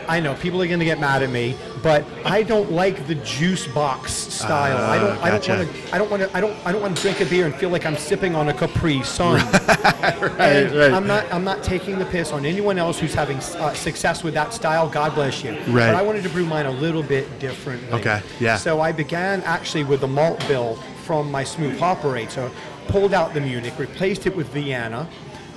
Speaker 1: I know people are going to get mad at me, but I don't like the juice box style. I don't. I don't
Speaker 4: Ah, gotcha.
Speaker 1: want to. I don't want to. I don't. I don't want to drink a beer and feel like I'm sipping on a Capri Sun. And
Speaker 4: right.
Speaker 1: I'm not. I'm not taking the piss on anyone else who's having uh, success with that style. God bless you.
Speaker 4: Right.
Speaker 1: But I wanted to brew mine a little bit differently.
Speaker 4: Okay, yeah.
Speaker 1: So I began actually with the malt bill from my smooth operator, pulled out the Munich, replaced it with Vienna,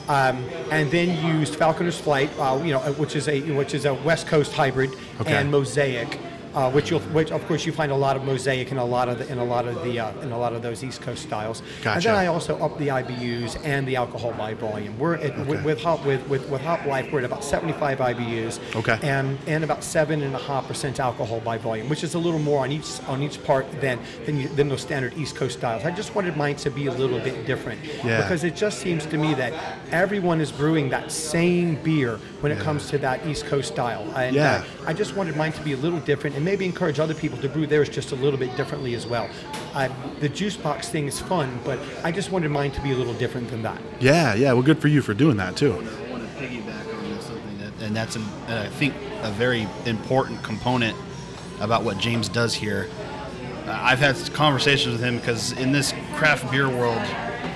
Speaker 1: um, and then used Falconer's Flight, uh, you know, uh, which is a which is a West Coast hybrid,
Speaker 4: Okay.
Speaker 1: and Mosaic. Uh, which you'll, which of course you find a lot of mosaic in a lot of the, in a lot of the uh, in a lot of those East Coast styles, and
Speaker 4: Gotcha.
Speaker 1: then I also up the IBUs and the alcohol by volume. We're at,
Speaker 4: Okay.
Speaker 1: with, with hop with, with with hop life we're at about 75 IBUs,
Speaker 4: Okay.
Speaker 1: and and, um, and about seven and a half percent alcohol by volume, which is a little more on each on each part than than, you, than those standard East Coast styles. I just wanted mine to be a little bit different
Speaker 4: Yeah.
Speaker 1: because it just seems to me that everyone is brewing that same beer when it comes to that East Coast style. And uh,
Speaker 4: Yeah.
Speaker 1: I just wanted mine to be a little different and maybe encourage other people to brew theirs just a little bit differently as well. I, the juice box thing is fun, but I just wanted mine to be a little different than that.
Speaker 4: yeah, yeah. Well, good for you for doing that too.
Speaker 3: I want to piggyback on something that
Speaker 2: and that's a, and I think a very important component about what James does here. Uh, I've had conversations with him because in this craft beer world,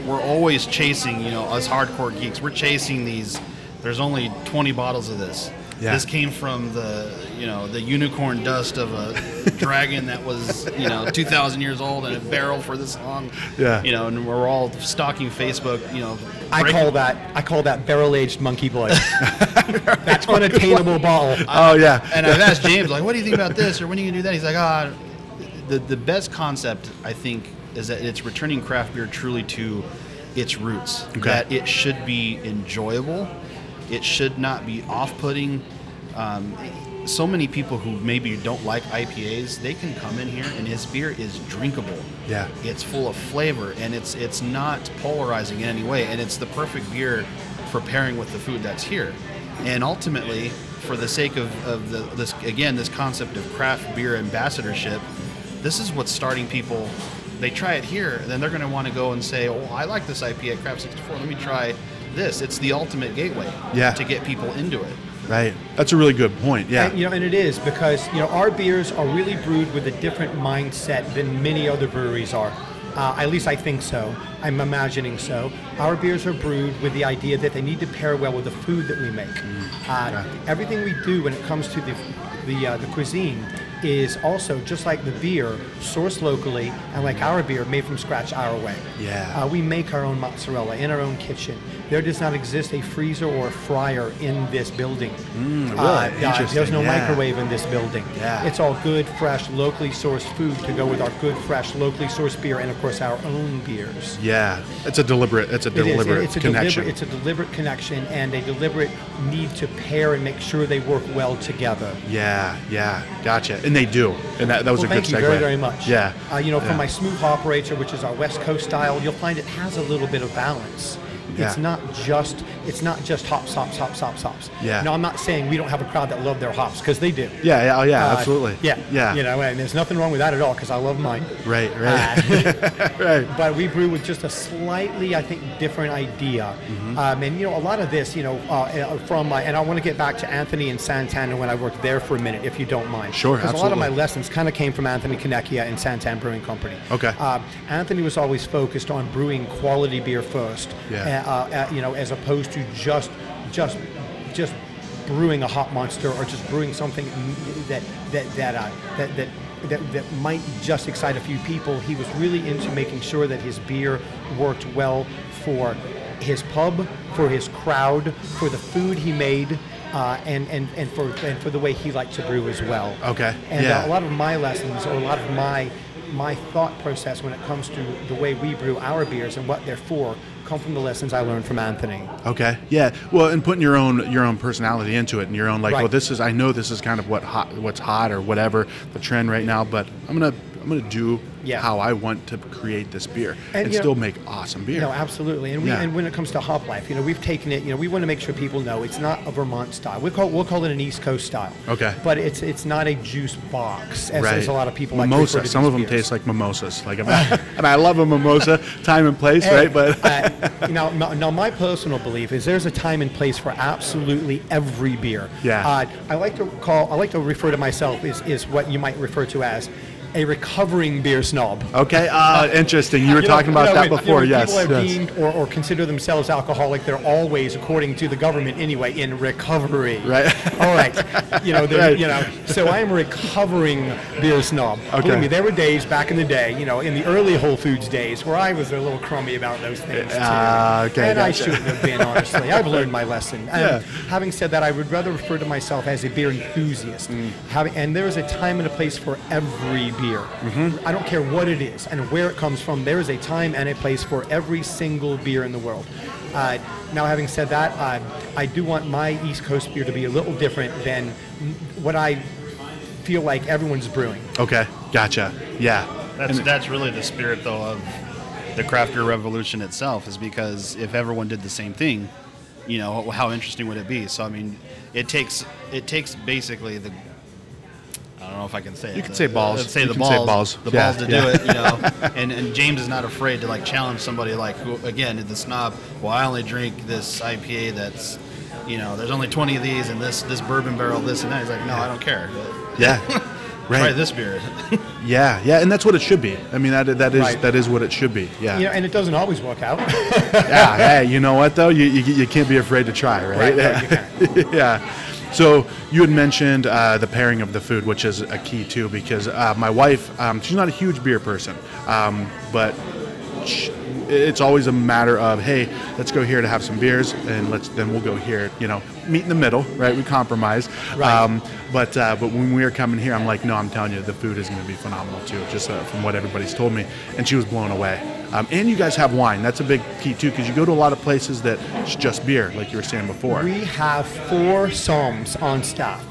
Speaker 2: we're always chasing, you know, us hardcore geeks. We're chasing these. There's only 20 bottles of this.
Speaker 4: Yeah.
Speaker 3: This came from the you know the unicorn dust of a dragon that was you know 2,000 years old in a barrel for this long.
Speaker 4: Yeah.
Speaker 3: You know, and we're all stalking Facebook. You know,
Speaker 1: I
Speaker 3: breaking-
Speaker 1: call that I call that barrel aged monkey blood. That's an attainable bottle.
Speaker 4: oh yeah.
Speaker 3: and I've asked James, like, what do you think about this, or when are you gonna do that? He's like, ah, the the best concept I think is that it's returning craft beer truly to its roots. That it should be enjoyable. It should not be off-putting. Um, so many people who maybe don't like IPAs, they can come in here and his beer is drinkable.
Speaker 4: Yeah.
Speaker 3: It's full of flavor and it's it's not polarizing in any way and it's the perfect beer for pairing with the food that's here. And ultimately, for the sake of, of the, this again, this concept of craft beer ambassadorship, this is what's starting people. They try it here, and then they're going to want to go and say, "Oh, I like this IPA at Craft 64. Let me try this." It's the ultimate gateway
Speaker 4: Yeah.
Speaker 3: to get people into it.
Speaker 4: Right. That's a really good point. Yeah.
Speaker 1: And, you know, and it is because you know our beers are really brewed with a different mindset than many other breweries are. Uh, at least I think so. I'm imagining so. Our beers are brewed with the idea that they need to pair well with the food that we make.
Speaker 4: Mm.
Speaker 1: Uh, Everything we do when it comes to the the, uh, the cuisine is also just like the beer sourced locally and like our beer made from scratch our way.
Speaker 4: Mm. Yeah.
Speaker 1: Uh, we make our own mozzarella in our own kitchen. There does not exist a freezer or a fryer in this building.
Speaker 4: Mm,
Speaker 1: Uh, yeah,
Speaker 4: Interesting,
Speaker 1: there's no
Speaker 4: yeah.
Speaker 1: microwave in this building.
Speaker 4: Yeah.
Speaker 1: It's all good, fresh, locally sourced food to go with our good, fresh, locally sourced beer and, of course, our own beers.
Speaker 4: yeah. It's a deliberate. It's a
Speaker 1: It is.
Speaker 4: deliberate
Speaker 1: it's a
Speaker 4: connection.
Speaker 1: Deliberate, it's a deliberate connection and a deliberate need to pair and make sure they work well together.
Speaker 4: yeah. Yeah. Gotcha. And they do. And that, that was
Speaker 1: Well,
Speaker 4: a good
Speaker 1: thank you
Speaker 4: segue.
Speaker 1: very, very much.
Speaker 4: Yeah.
Speaker 1: Uh, you know,
Speaker 4: Yeah.
Speaker 1: from my smooth operator, which is our West Coast style, you'll find it has a little bit of balance. It's
Speaker 4: Yeah.
Speaker 1: not just it's not just hops, hops, hops, hops, hops.
Speaker 4: Yeah.
Speaker 1: Now I'm not saying we don't have a crowd that love their hops because they do.
Speaker 4: Yeah. Yeah. Oh, yeah.
Speaker 1: Uh,
Speaker 4: absolutely.
Speaker 1: Yeah.
Speaker 4: Yeah.
Speaker 1: You know, Uh, and there's nothing wrong with that at all because I love mine.
Speaker 4: Right. Right. right.
Speaker 1: But we brew with just a slightly, I think, different idea.
Speaker 4: Mm-hmm.
Speaker 1: Um, and, you know, a lot of this, you know, uh, uh, from my, and I want to get back to Anthony and Santana when I worked there for a minute, if you don't mind.
Speaker 4: Sure,
Speaker 1: Because a lot of my
Speaker 4: absolutely.
Speaker 1: lessons kind of came from Anthony Kanekia and Santan Brewing Company.
Speaker 4: Okay.
Speaker 1: Uh, Anthony was always focused on brewing quality beer first.
Speaker 4: Yeah.
Speaker 1: uh, uh, you know, as opposed to just, just, just brewing a hot monster or just brewing something that that that uh, that that. That, that might just excite a few people. He was really into making sure that his beer worked well for his pub, for his crowd, for the food he made, uh, and, and, and for and for the way he liked to brew as well.
Speaker 4: Okay,
Speaker 1: And
Speaker 4: yeah.
Speaker 1: uh, a lot of my lessons, or a lot of my my thought process when it comes to the way we brew our beers and what they're for, come from the lessons I learned from Anthony.
Speaker 4: Okay. Yeah. Well, and putting your own your own personality into it, and your own like,
Speaker 1: Right.
Speaker 4: well, this is I know this is kind of what hot what's hot or whatever the trend right now, but I'm gonna I'm gonna do
Speaker 1: Yeah.
Speaker 4: how I want to create this beer
Speaker 1: And,
Speaker 4: and,
Speaker 1: you know-
Speaker 4: still make awesome beer.
Speaker 1: No, absolutely. And we
Speaker 4: Yeah.
Speaker 1: and when it comes to hop life, you know, we've taken it. You know, we want to make sure people know it's not a Vermont style. We call we'll call it an East Coast style.
Speaker 4: Okay.
Speaker 1: But it's it's not a juice box as, as a lot of people
Speaker 4: mimosa.
Speaker 1: like.
Speaker 4: Some of them taste like mimosas. Like, I'm not- and I love a mimosa, time and place, right? But
Speaker 1: uh, now, now, now my personal belief is there's a time and place for absolutely every beer.
Speaker 4: Yeah.
Speaker 1: Uh, I like to call, I like to refer to myself is is what you might refer to as a recovering beer snob.
Speaker 4: okay, uh, interesting. You were
Speaker 1: You know,
Speaker 4: talking
Speaker 1: you
Speaker 4: about
Speaker 1: know,
Speaker 4: that
Speaker 1: when-
Speaker 4: before.
Speaker 1: you know, when
Speaker 4: yes.
Speaker 1: People are
Speaker 4: yes.
Speaker 1: deemed or, or consider themselves alcoholic. They're always, according to the government anyway, in recovery.
Speaker 4: Right.
Speaker 1: All right. You know, they're-
Speaker 4: Right.
Speaker 1: you know. So I am a recovering beer snob.
Speaker 4: Okay.
Speaker 1: Believe me, there were days back in the day, you know, in the early Whole Foods days, where I was a little crummy about those things too.
Speaker 4: Ah, okay,
Speaker 1: and I
Speaker 4: gotcha.
Speaker 1: shouldn't have been, honestly. I've learned my lesson. Um,
Speaker 4: Yeah.
Speaker 1: Having said that, I would rather refer to myself as a beer enthusiast.
Speaker 4: Mm.
Speaker 1: Having, and there is a time and a place for every beer.
Speaker 4: Mm-hmm.
Speaker 1: I don't care what it is and where it comes from. There is a time and a place for every single beer in the world. Uh, now, having said that, uh, I do want my East Coast beer to be a little different than what I feel like everyone's brewing.
Speaker 4: Okay, gotcha. Yeah.
Speaker 3: That's that's really the spirit though of the craft beer revolution itself is because if everyone did the same thing, you know how interesting would it be? So I mean, it takes it takes basically the I don't know if I can say it.
Speaker 4: You can say balls.
Speaker 3: Let's say
Speaker 4: You
Speaker 3: the
Speaker 4: can say
Speaker 3: balls.
Speaker 4: balls.
Speaker 3: The
Speaker 4: Yeah,
Speaker 3: balls to
Speaker 4: yeah.
Speaker 3: do it, you know. and and James is not afraid to like challenge somebody like who again the snob. Well, I only drink this IPA that's you know there's only 20 of these and this this bourbon barrel this and that. He's like, no, I don't care.
Speaker 4: Yeah. Right.
Speaker 3: Try this beer.
Speaker 4: Yeah, yeah, and that's what it should be. I mean, that that is
Speaker 1: Right.
Speaker 4: that is what it should be. Yeah,
Speaker 1: You know, and it doesn't always work out.
Speaker 4: yeah. Hey, you know what though? You, you, you can't be afraid to try, right?
Speaker 1: Right, no, you
Speaker 4: yeah. So you had mentioned uh, the pairing of the food, which is a key too, because uh, my wife, um, she's not a huge beer person, um, but sh- it's always a matter of hey, let's go here to have some beers, and let's then we'll go here. You know, meet in the middle, right? We compromise.
Speaker 1: Right.
Speaker 4: but uh, but when we were coming here, I'm like, no, I'm telling you, the food is going to be phenomenal too, just uh, from what everybody's told me, and she was blown away. Um, and you guys have wine. That's a big key too, because you go to a lot of places that it's just beer, like you were saying before.
Speaker 1: We have four psalms on staff.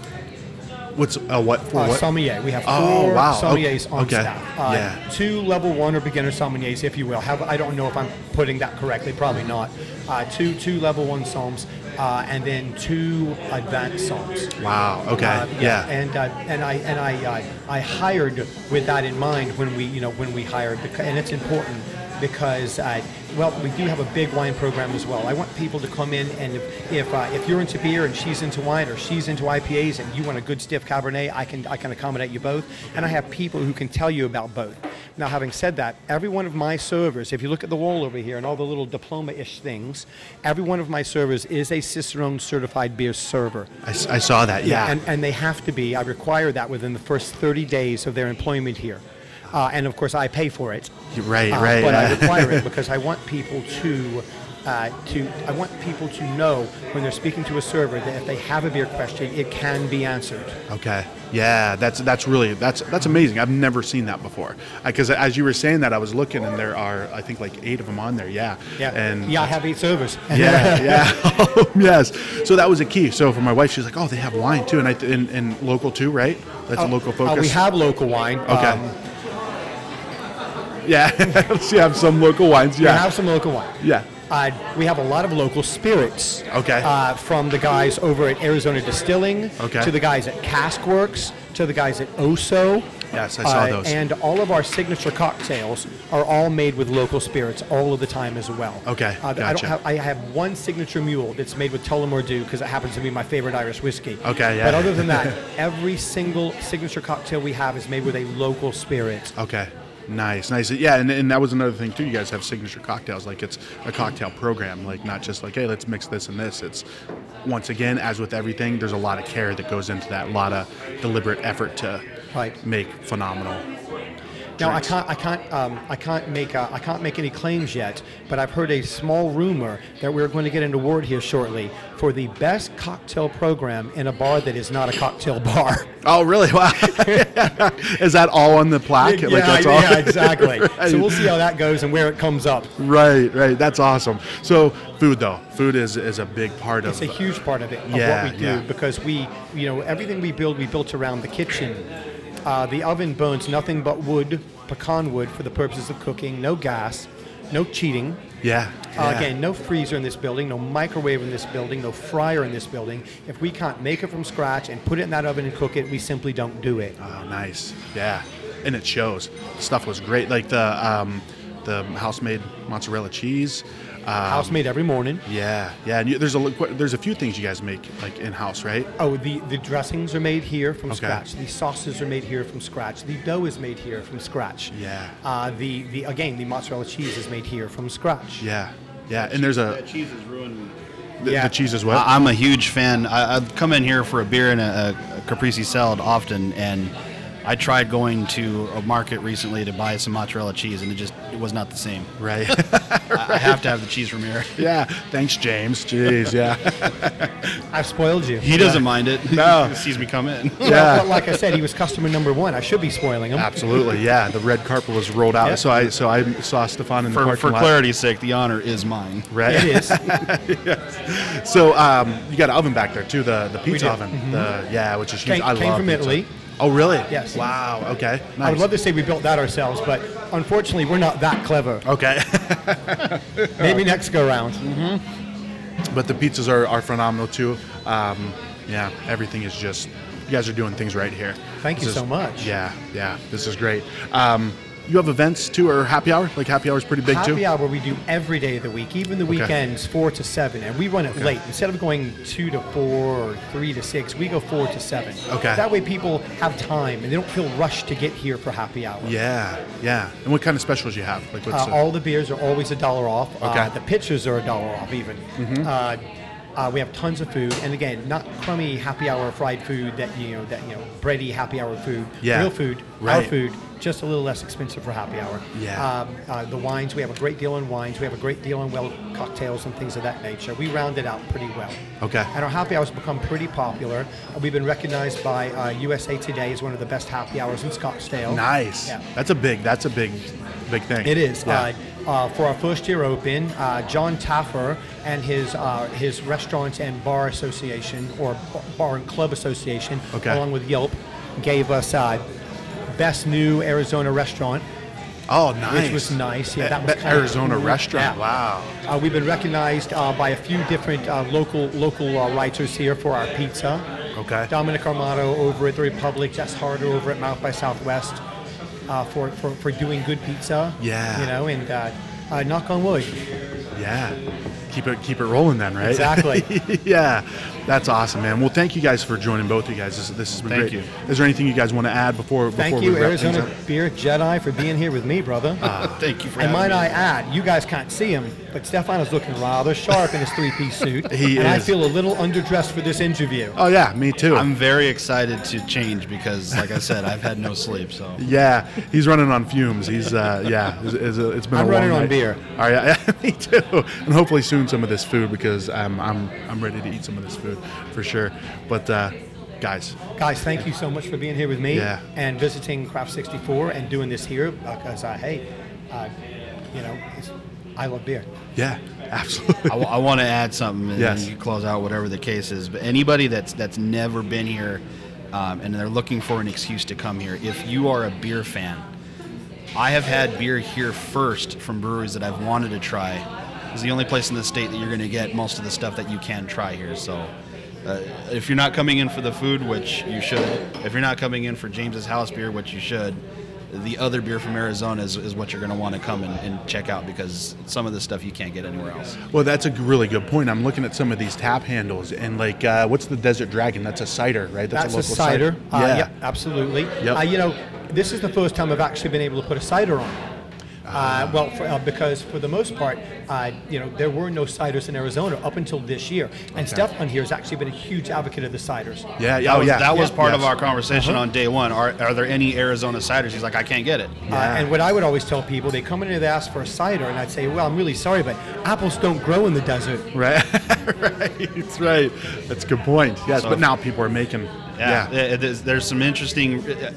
Speaker 4: What's uh, what for?
Speaker 1: Uh,
Speaker 4: what?
Speaker 1: sommelier. We have
Speaker 4: Oh,
Speaker 1: four
Speaker 4: wow.
Speaker 1: sommeliers
Speaker 4: Okay.
Speaker 1: on
Speaker 4: Okay.
Speaker 1: staff. Uh,
Speaker 4: Yeah.
Speaker 1: Two level one or beginner sommeliers, if you will. Have, I don't know if I'm putting that correctly. Probably not. Uh, two two level one psalms, uh, and then two advanced psalms.
Speaker 4: Wow. Okay.
Speaker 1: Uh,
Speaker 4: yeah.
Speaker 1: And uh, and I and I uh, I hired with that in mind when we you know when we hired because, and it's important because uh, well we do have a big wine program as well. I want people to come in and if if, uh, if you're into beer and she's into wine or she's into IPAs and you want a good stiff Cabernet, I can I can accommodate you both. And I have people who can tell you about both. Now, having said that, every one of my servers, if you look at the wall over here and all the little diploma-ish things, every one of my servers is a Cicerone certified beer server.
Speaker 4: I, s- I saw that. Yeah.
Speaker 1: And, and they have to be. I require that within the first 30 days of their employment here. Uh, and of course, I pay for it.
Speaker 4: You're right.
Speaker 1: Uh,
Speaker 4: right.
Speaker 1: But I
Speaker 4: yeah.
Speaker 1: require it because I want people to. Uh, to I want people to know when they're speaking to a server that if they have a beer question, it can be answered.
Speaker 4: Okay. Yeah, that's that's really that's that's amazing. I've never seen that before. Because as you were saying that, I was looking, and there are I think like eight of them on there. Yeah.
Speaker 1: Yeah,
Speaker 4: And
Speaker 1: yeah, I have eight servers.
Speaker 4: yeah, yeah, Oh, yes. So that was a key. So for my wife, she's like, "Oh, they have wine too," and I th- and, and local too, right? That's a local
Speaker 1: Uh,
Speaker 4: focus.
Speaker 1: we have local wine.
Speaker 4: Okay.
Speaker 1: Um,
Speaker 4: yeah, so you have some local wines.
Speaker 1: we
Speaker 4: Yeah,
Speaker 1: have some local wine.
Speaker 4: yeah.
Speaker 1: Uh, we have a lot of local spirits.
Speaker 4: Okay.
Speaker 1: Uh, from the guys over at Arizona Distilling.
Speaker 4: Okay.
Speaker 1: To the guys at Caskworks. To the guys at Oso.
Speaker 4: Yes, I saw
Speaker 1: Uh,
Speaker 4: those.
Speaker 1: And all of our signature cocktails are all made with local spirits all of the time as well.
Speaker 4: Okay,
Speaker 1: Uh, I don't
Speaker 4: gotcha.
Speaker 1: have. I have one signature mule that's made with Tullamore Dew because it happens to be my favorite Irish whiskey.
Speaker 4: Okay, yeah.
Speaker 1: But other than that, every single signature cocktail we have is made with a local spirit.
Speaker 4: Okay. Nice, nice. Yeah, and, and that was another thing too. You guys have signature cocktails, like it's a cocktail program, like not just like, hey, let's mix this and this. It's once again, as with everything, there's a lot of care that goes into that, a lot of deliberate effort to
Speaker 1: Right.
Speaker 4: make phenomenal.
Speaker 1: Now I
Speaker 4: drinks.
Speaker 1: can't, I can't, um, I can't make, uh, I can't make any claims yet. But I've heard a small rumor that we're going to get an award here shortly for the best cocktail program in a bar that is not a cocktail bar.
Speaker 4: Oh, really? Wow. Is that all on the plaque?
Speaker 1: yeah,
Speaker 4: like that's
Speaker 1: yeah,
Speaker 4: all?
Speaker 1: exactly.
Speaker 4: Right.
Speaker 1: So we'll see how that goes and where it comes up.
Speaker 4: Right, right. That's awesome. So food though, food is is a big part
Speaker 1: It's
Speaker 4: of.
Speaker 1: a huge part of it of
Speaker 4: Yeah,
Speaker 1: what we do
Speaker 4: yeah.
Speaker 1: because we, you know, everything we build, we built around the kitchen. Uh, the oven burns nothing but wood, pecan wood, for the purposes of cooking. No gas, no cheating.
Speaker 4: yeah.
Speaker 1: Uh,
Speaker 4: yeah.
Speaker 1: again, no freezer in this building, no microwave in this building, no fryer in this building. If we can't make it from scratch and put it in that oven and cook it, we simply don't do it.
Speaker 4: Oh, nice. Yeah, and it shows. Stuff was great, like the um, the house made mozzarella cheese. Uh,
Speaker 1: House made every morning.
Speaker 4: yeah, yeah. And you, there's a li- qu- there's a few things you guys make like in house, right?
Speaker 1: Oh, the, the dressings are made here from
Speaker 4: Okay.
Speaker 1: scratch. The sauces are made here from scratch. The dough is made here from scratch.
Speaker 4: Yeah.
Speaker 1: Uh, the, the again, the mozzarella cheese is made here from scratch.
Speaker 4: Yeah, yeah. And there's a
Speaker 3: That cheese is ruining me.
Speaker 4: the,
Speaker 1: yeah.
Speaker 4: the cheese as well.
Speaker 2: I-
Speaker 3: Uh,
Speaker 4: well.
Speaker 2: I'm a huge fan. I, I've come in here for a beer and a, a caprese salad often, and I tried going to a market recently to buy some mozzarella cheese, and it just it was not the same.
Speaker 4: Right.
Speaker 2: I, I have to have the cheese from here.
Speaker 4: yeah. Thanks, James. Jeez. Yeah.
Speaker 1: I've spoiled you.
Speaker 2: He doesn't mind it.
Speaker 4: No.
Speaker 2: he sees me come in.
Speaker 4: Yeah.
Speaker 1: But like I said, he was customer number one. I should be spoiling him.
Speaker 4: Absolutely. Yeah. The red carpet was rolled out.
Speaker 1: Yeah.
Speaker 4: So I so I saw Stefan in the
Speaker 2: For,
Speaker 4: parking
Speaker 2: for
Speaker 4: lot.
Speaker 2: clarity's sake, the honor is mine.
Speaker 4: Right.
Speaker 1: It is.
Speaker 4: So um, you got an oven back there too, the the pizza
Speaker 1: do.
Speaker 4: oven. The, yeah, which is huge.
Speaker 1: Mm-hmm. Came-
Speaker 4: I
Speaker 1: came
Speaker 4: love
Speaker 1: from
Speaker 4: pizza.
Speaker 1: Italy.
Speaker 4: Oh really?
Speaker 1: Yes.
Speaker 4: Wow. Okay. Nice.
Speaker 1: I would love to say we built that ourselves, but unfortunately, we're not that clever.
Speaker 4: Okay.
Speaker 1: Maybe next go round.
Speaker 4: but the pizzas are, are phenomenal too. Um, yeah, everything is just you guys are doing things right here.
Speaker 1: Thank you
Speaker 4: This is-
Speaker 1: so much.
Speaker 4: Yeah, yeah, this is great. Um, you have events too, or happy hour? Like happy hour is pretty big
Speaker 1: Happy
Speaker 4: too.
Speaker 1: hour we do every day of the week, even the weekends, four to seven, and we run it late. Instead of going two to four or three to six, we go four to seven.
Speaker 4: Okay.
Speaker 1: That way, people have time and they don't feel rushed to get here for happy hour.
Speaker 4: Yeah, yeah. And what kind of specials you have? Like what's
Speaker 1: Uh,
Speaker 4: the-
Speaker 1: all the beers are always a dollar off. Uh,
Speaker 4: Okay. Mm-hmm.
Speaker 1: the pitchers are a dollar off even. Uh, Uh, we have tons of food, and again, not crummy happy hour fried food that you know that you know bready happy hour food.
Speaker 4: Yeah.
Speaker 1: Real food, our
Speaker 4: Right.
Speaker 1: food, just a little less expensive for happy hour.
Speaker 4: Yeah.
Speaker 1: Um, uh, the wines, we have a great deal in wines. We have a great deal in well cocktails and things of that nature. We round it out pretty well.
Speaker 4: Okay.
Speaker 1: And our happy hours become pretty popular. Uh, We've been recognized by uh, USA Today as one of the best happy hours in Scottsdale.
Speaker 4: Nice.
Speaker 1: Yeah.
Speaker 4: That's a big. That's a big, big thing.
Speaker 1: It is.
Speaker 4: Yeah.
Speaker 1: Uh, uh, for our first year open, uh, John Taffer and his uh, his Restaurants and Bar Association or b- Bar and Club Association,
Speaker 4: Okay.
Speaker 1: along with Yelp, gave us uh, Best New Arizona Restaurant,
Speaker 4: oh, nice.
Speaker 1: which was nice. Yeah, that was
Speaker 4: That
Speaker 1: kinda
Speaker 4: Arizona
Speaker 1: cool.
Speaker 4: restaurant.
Speaker 1: Yeah.
Speaker 4: Wow.
Speaker 1: Uh, we've been recognized uh, by a few different uh, local local uh, writers here for our pizza.
Speaker 4: Okay.
Speaker 1: Dominic Armato over at the Republic, Jess Harder over at Mouth by Southwest uh, for, for for doing good pizza.
Speaker 4: Yeah.
Speaker 1: You know, and uh, uh, knock on wood.
Speaker 4: Yeah. Keep it keep it rolling then, right?
Speaker 1: Exactly.
Speaker 4: yeah. That's awesome, man. Well, thank you guys for joining both you guys. This, this has been
Speaker 3: Thank
Speaker 4: great.
Speaker 3: you.
Speaker 4: Is there anything you guys want to add before
Speaker 1: Thank
Speaker 4: before
Speaker 1: you,
Speaker 4: we wrap things
Speaker 1: Arizona
Speaker 4: up? Ah,
Speaker 1: Beer Jedi, for being here with me, brother.
Speaker 3: Thank you for
Speaker 1: and
Speaker 3: having
Speaker 1: might
Speaker 3: me.
Speaker 1: I add, you guys can't see him, but Stefano's looking rather sharp in his three-piece suit.
Speaker 4: He
Speaker 1: and I
Speaker 4: is.
Speaker 1: feel a little underdressed for this interview.
Speaker 4: Oh yeah, me too.
Speaker 3: I'm very excited to change because, like I said, I've had no sleep. So
Speaker 4: yeah, he's running on fumes. He's uh, yeah, it's, it's, a, it's been.
Speaker 1: I'm
Speaker 4: a
Speaker 1: running
Speaker 4: long
Speaker 1: on
Speaker 4: night.
Speaker 1: beer.
Speaker 4: All right, yeah, me too. And hopefully soon some of this food because um, I'm I'm ready to eat some of this food for sure. But uh, guys,
Speaker 1: Guys, thank you so much for being here with me
Speaker 4: Yeah.
Speaker 1: and visiting Craft 64 and doing this here because, uh, hey, uh, you know, it's, I love beer.
Speaker 4: yeah, absolutely.
Speaker 3: I, want to add something, and
Speaker 4: Yes.
Speaker 3: then you close out whatever the case is. But anybody that's that's never been here, um, and they're looking for an excuse to come here, if you are a beer fan, I have had beer here first from breweries that I've wanted to try. It's the only place in the state that you're going to get most of the stuff that you can try here. So. Uh, if you're not coming in for the food, which you should, if you're not coming in for James's house beer, which you should, the other beer from Arizona is, is what you're going to want to come and, and check out because some of this stuff you can't get anywhere else.
Speaker 4: Well, that's a g- really good point. I'm looking at some of these tap handles, and like, uh, what's the Desert Dragon? That's a cider, right?
Speaker 1: That's a, cider. Uh,
Speaker 4: yeah.
Speaker 1: yep, absolutely.
Speaker 4: Yep.
Speaker 1: Uh, you know, this is the first time I've actually been able to put a cider on.
Speaker 4: Ah.
Speaker 1: Uh, well, for, uh, because for the most part, uh, you know, there were no ciders in Arizona up until this year. And Stefan here has actually been a huge advocate of the ciders.
Speaker 4: yeah, yeah,
Speaker 3: That
Speaker 4: oh,
Speaker 3: was,
Speaker 4: yeah.
Speaker 3: that was
Speaker 4: Yeah.
Speaker 3: part of
Speaker 4: Yes. Uh-huh.
Speaker 3: our conversation on day one. Are, are there any Arizona ciders? He's like, I can't get it.
Speaker 1: Uh, and what I would always tell people, they come in and they ask for a cider, and I'd say, well, I'm really sorry, but apples don't grow in the desert.
Speaker 4: right, right, That's right. That's a good point. Yes,
Speaker 3: So-
Speaker 4: but now people are making.
Speaker 3: Yeah.
Speaker 4: Yeah,
Speaker 3: Uh, There's, there's some interesting, uh,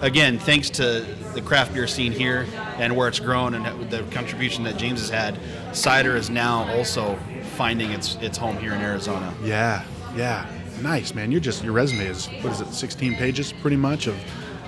Speaker 3: again, thanks to the craft beer scene here and where it's grown and the contribution that James has had, cider is now also finding its, its home here in Arizona.
Speaker 4: yeah, yeah. Nice, man. You're just your resume is what is it? 16 pages, pretty much. Of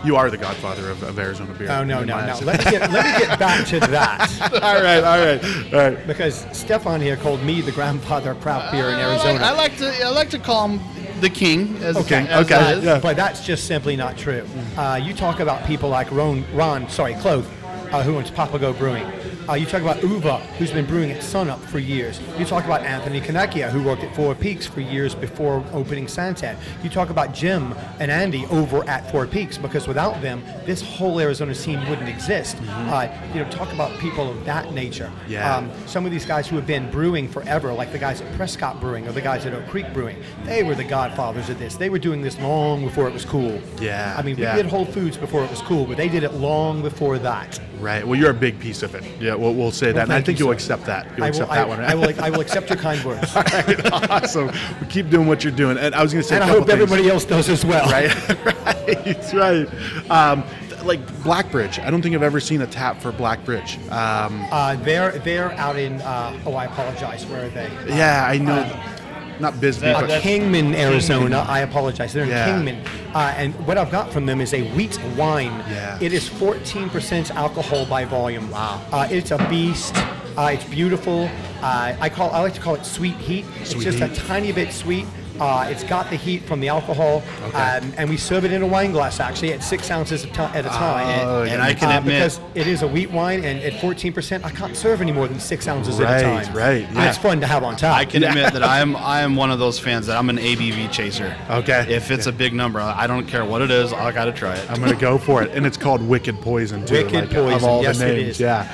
Speaker 4: you are the godfather of, of Arizona beer.
Speaker 1: Oh, no,
Speaker 4: in
Speaker 1: no,
Speaker 4: my
Speaker 1: no.
Speaker 4: eyes.
Speaker 1: Let me get, let me get back to that.
Speaker 4: all right, all right, all right.
Speaker 1: Because Stefan here called me the grandfather of craft beer in Arizona.
Speaker 3: I like, to I like to call him the king. As,
Speaker 4: Okay,
Speaker 3: as
Speaker 4: okay,
Speaker 3: that is.
Speaker 4: yeah.
Speaker 1: But that's just simply not true. Uh, you talk about people like Ron, Ron sorry, Clove, uh, who owns Papago Brewing. Uh, you talk about Uva, who's been brewing at Sunup for years. You talk about Anthony Kanecchia, who worked at Four Peaks for years before opening Santan. You talk about Jim and Andy over at Four Peaks, because without them, this whole Arizona scene wouldn't exist. Uh, you know, talk about people of that nature.
Speaker 4: Mm-hmm.
Speaker 1: Um,
Speaker 4: Yeah.
Speaker 1: some of these guys who have been brewing forever, like the guys at Prescott Brewing or the guys at Oak Creek Brewing, they were the godfathers of this. They were doing this long before it was cool.
Speaker 4: Yeah,
Speaker 1: I mean, we
Speaker 4: yeah.
Speaker 1: did Whole Foods before it was cool, but they did it long before that.
Speaker 4: Right. Well, you're a big piece of it. Yeah. We'll, we'll say that, and I
Speaker 1: thank
Speaker 4: think
Speaker 1: you,
Speaker 4: you, will
Speaker 1: sir.
Speaker 4: accept that. You'll
Speaker 1: I will,
Speaker 4: accept
Speaker 1: I,
Speaker 4: that one.
Speaker 1: I will, I will accept your kind words.
Speaker 4: awesome. We keep doing what you're doing. And I was going to say,
Speaker 1: and
Speaker 4: a
Speaker 1: I
Speaker 4: couple
Speaker 1: hope everybody else does as well.
Speaker 4: things. right, right. Um, th- like Blackbridge, I don't think I've ever seen a tap for Blackbridge. Um,
Speaker 1: Uh, they're, they're out in, uh, oh, I apologize, where are they? Uh,
Speaker 4: yeah, I know. not Bisbee,
Speaker 3: that-
Speaker 4: but
Speaker 1: Uh,
Speaker 3: that's-
Speaker 1: Kingman, Arizona. I apologize. They're in
Speaker 4: Yeah.
Speaker 1: Kingman. Uh, and what I've got from them is a wheat wine.
Speaker 4: Yeah.
Speaker 1: It is 14% alcohol by volume. Wow. Uh, it's a beast. Uh, it's beautiful. Uh, I call. I like to call it sweet heat. it's
Speaker 4: Sweet
Speaker 1: just a
Speaker 4: heat.
Speaker 1: tiny bit sweet. Uh, it's got the heat from the alcohol, um, and we serve it in a wine glass actually at six ounces a ti- at a time.
Speaker 4: Oh,
Speaker 3: And, and
Speaker 4: yeah.
Speaker 3: I can
Speaker 1: Uh,
Speaker 3: admit,
Speaker 1: because it is a wheat wine, and at 14%, I can't serve any more than six ounces at a
Speaker 4: Right,
Speaker 1: time.
Speaker 4: right,
Speaker 1: And
Speaker 4: yeah.
Speaker 1: It's fun to have on top.
Speaker 3: I can admit that I am I am one of those fans that I'm an ABV chaser.
Speaker 4: Okay.
Speaker 3: If it's a big number, I don't care what it is. I gotta try it.
Speaker 4: I'm going to go for it. And it's called Wicked Poison, too.
Speaker 1: Wicked
Speaker 4: like, Of
Speaker 1: Poison,
Speaker 4: all
Speaker 1: yes,
Speaker 4: the
Speaker 1: it
Speaker 4: names.
Speaker 1: is.
Speaker 4: Yeah.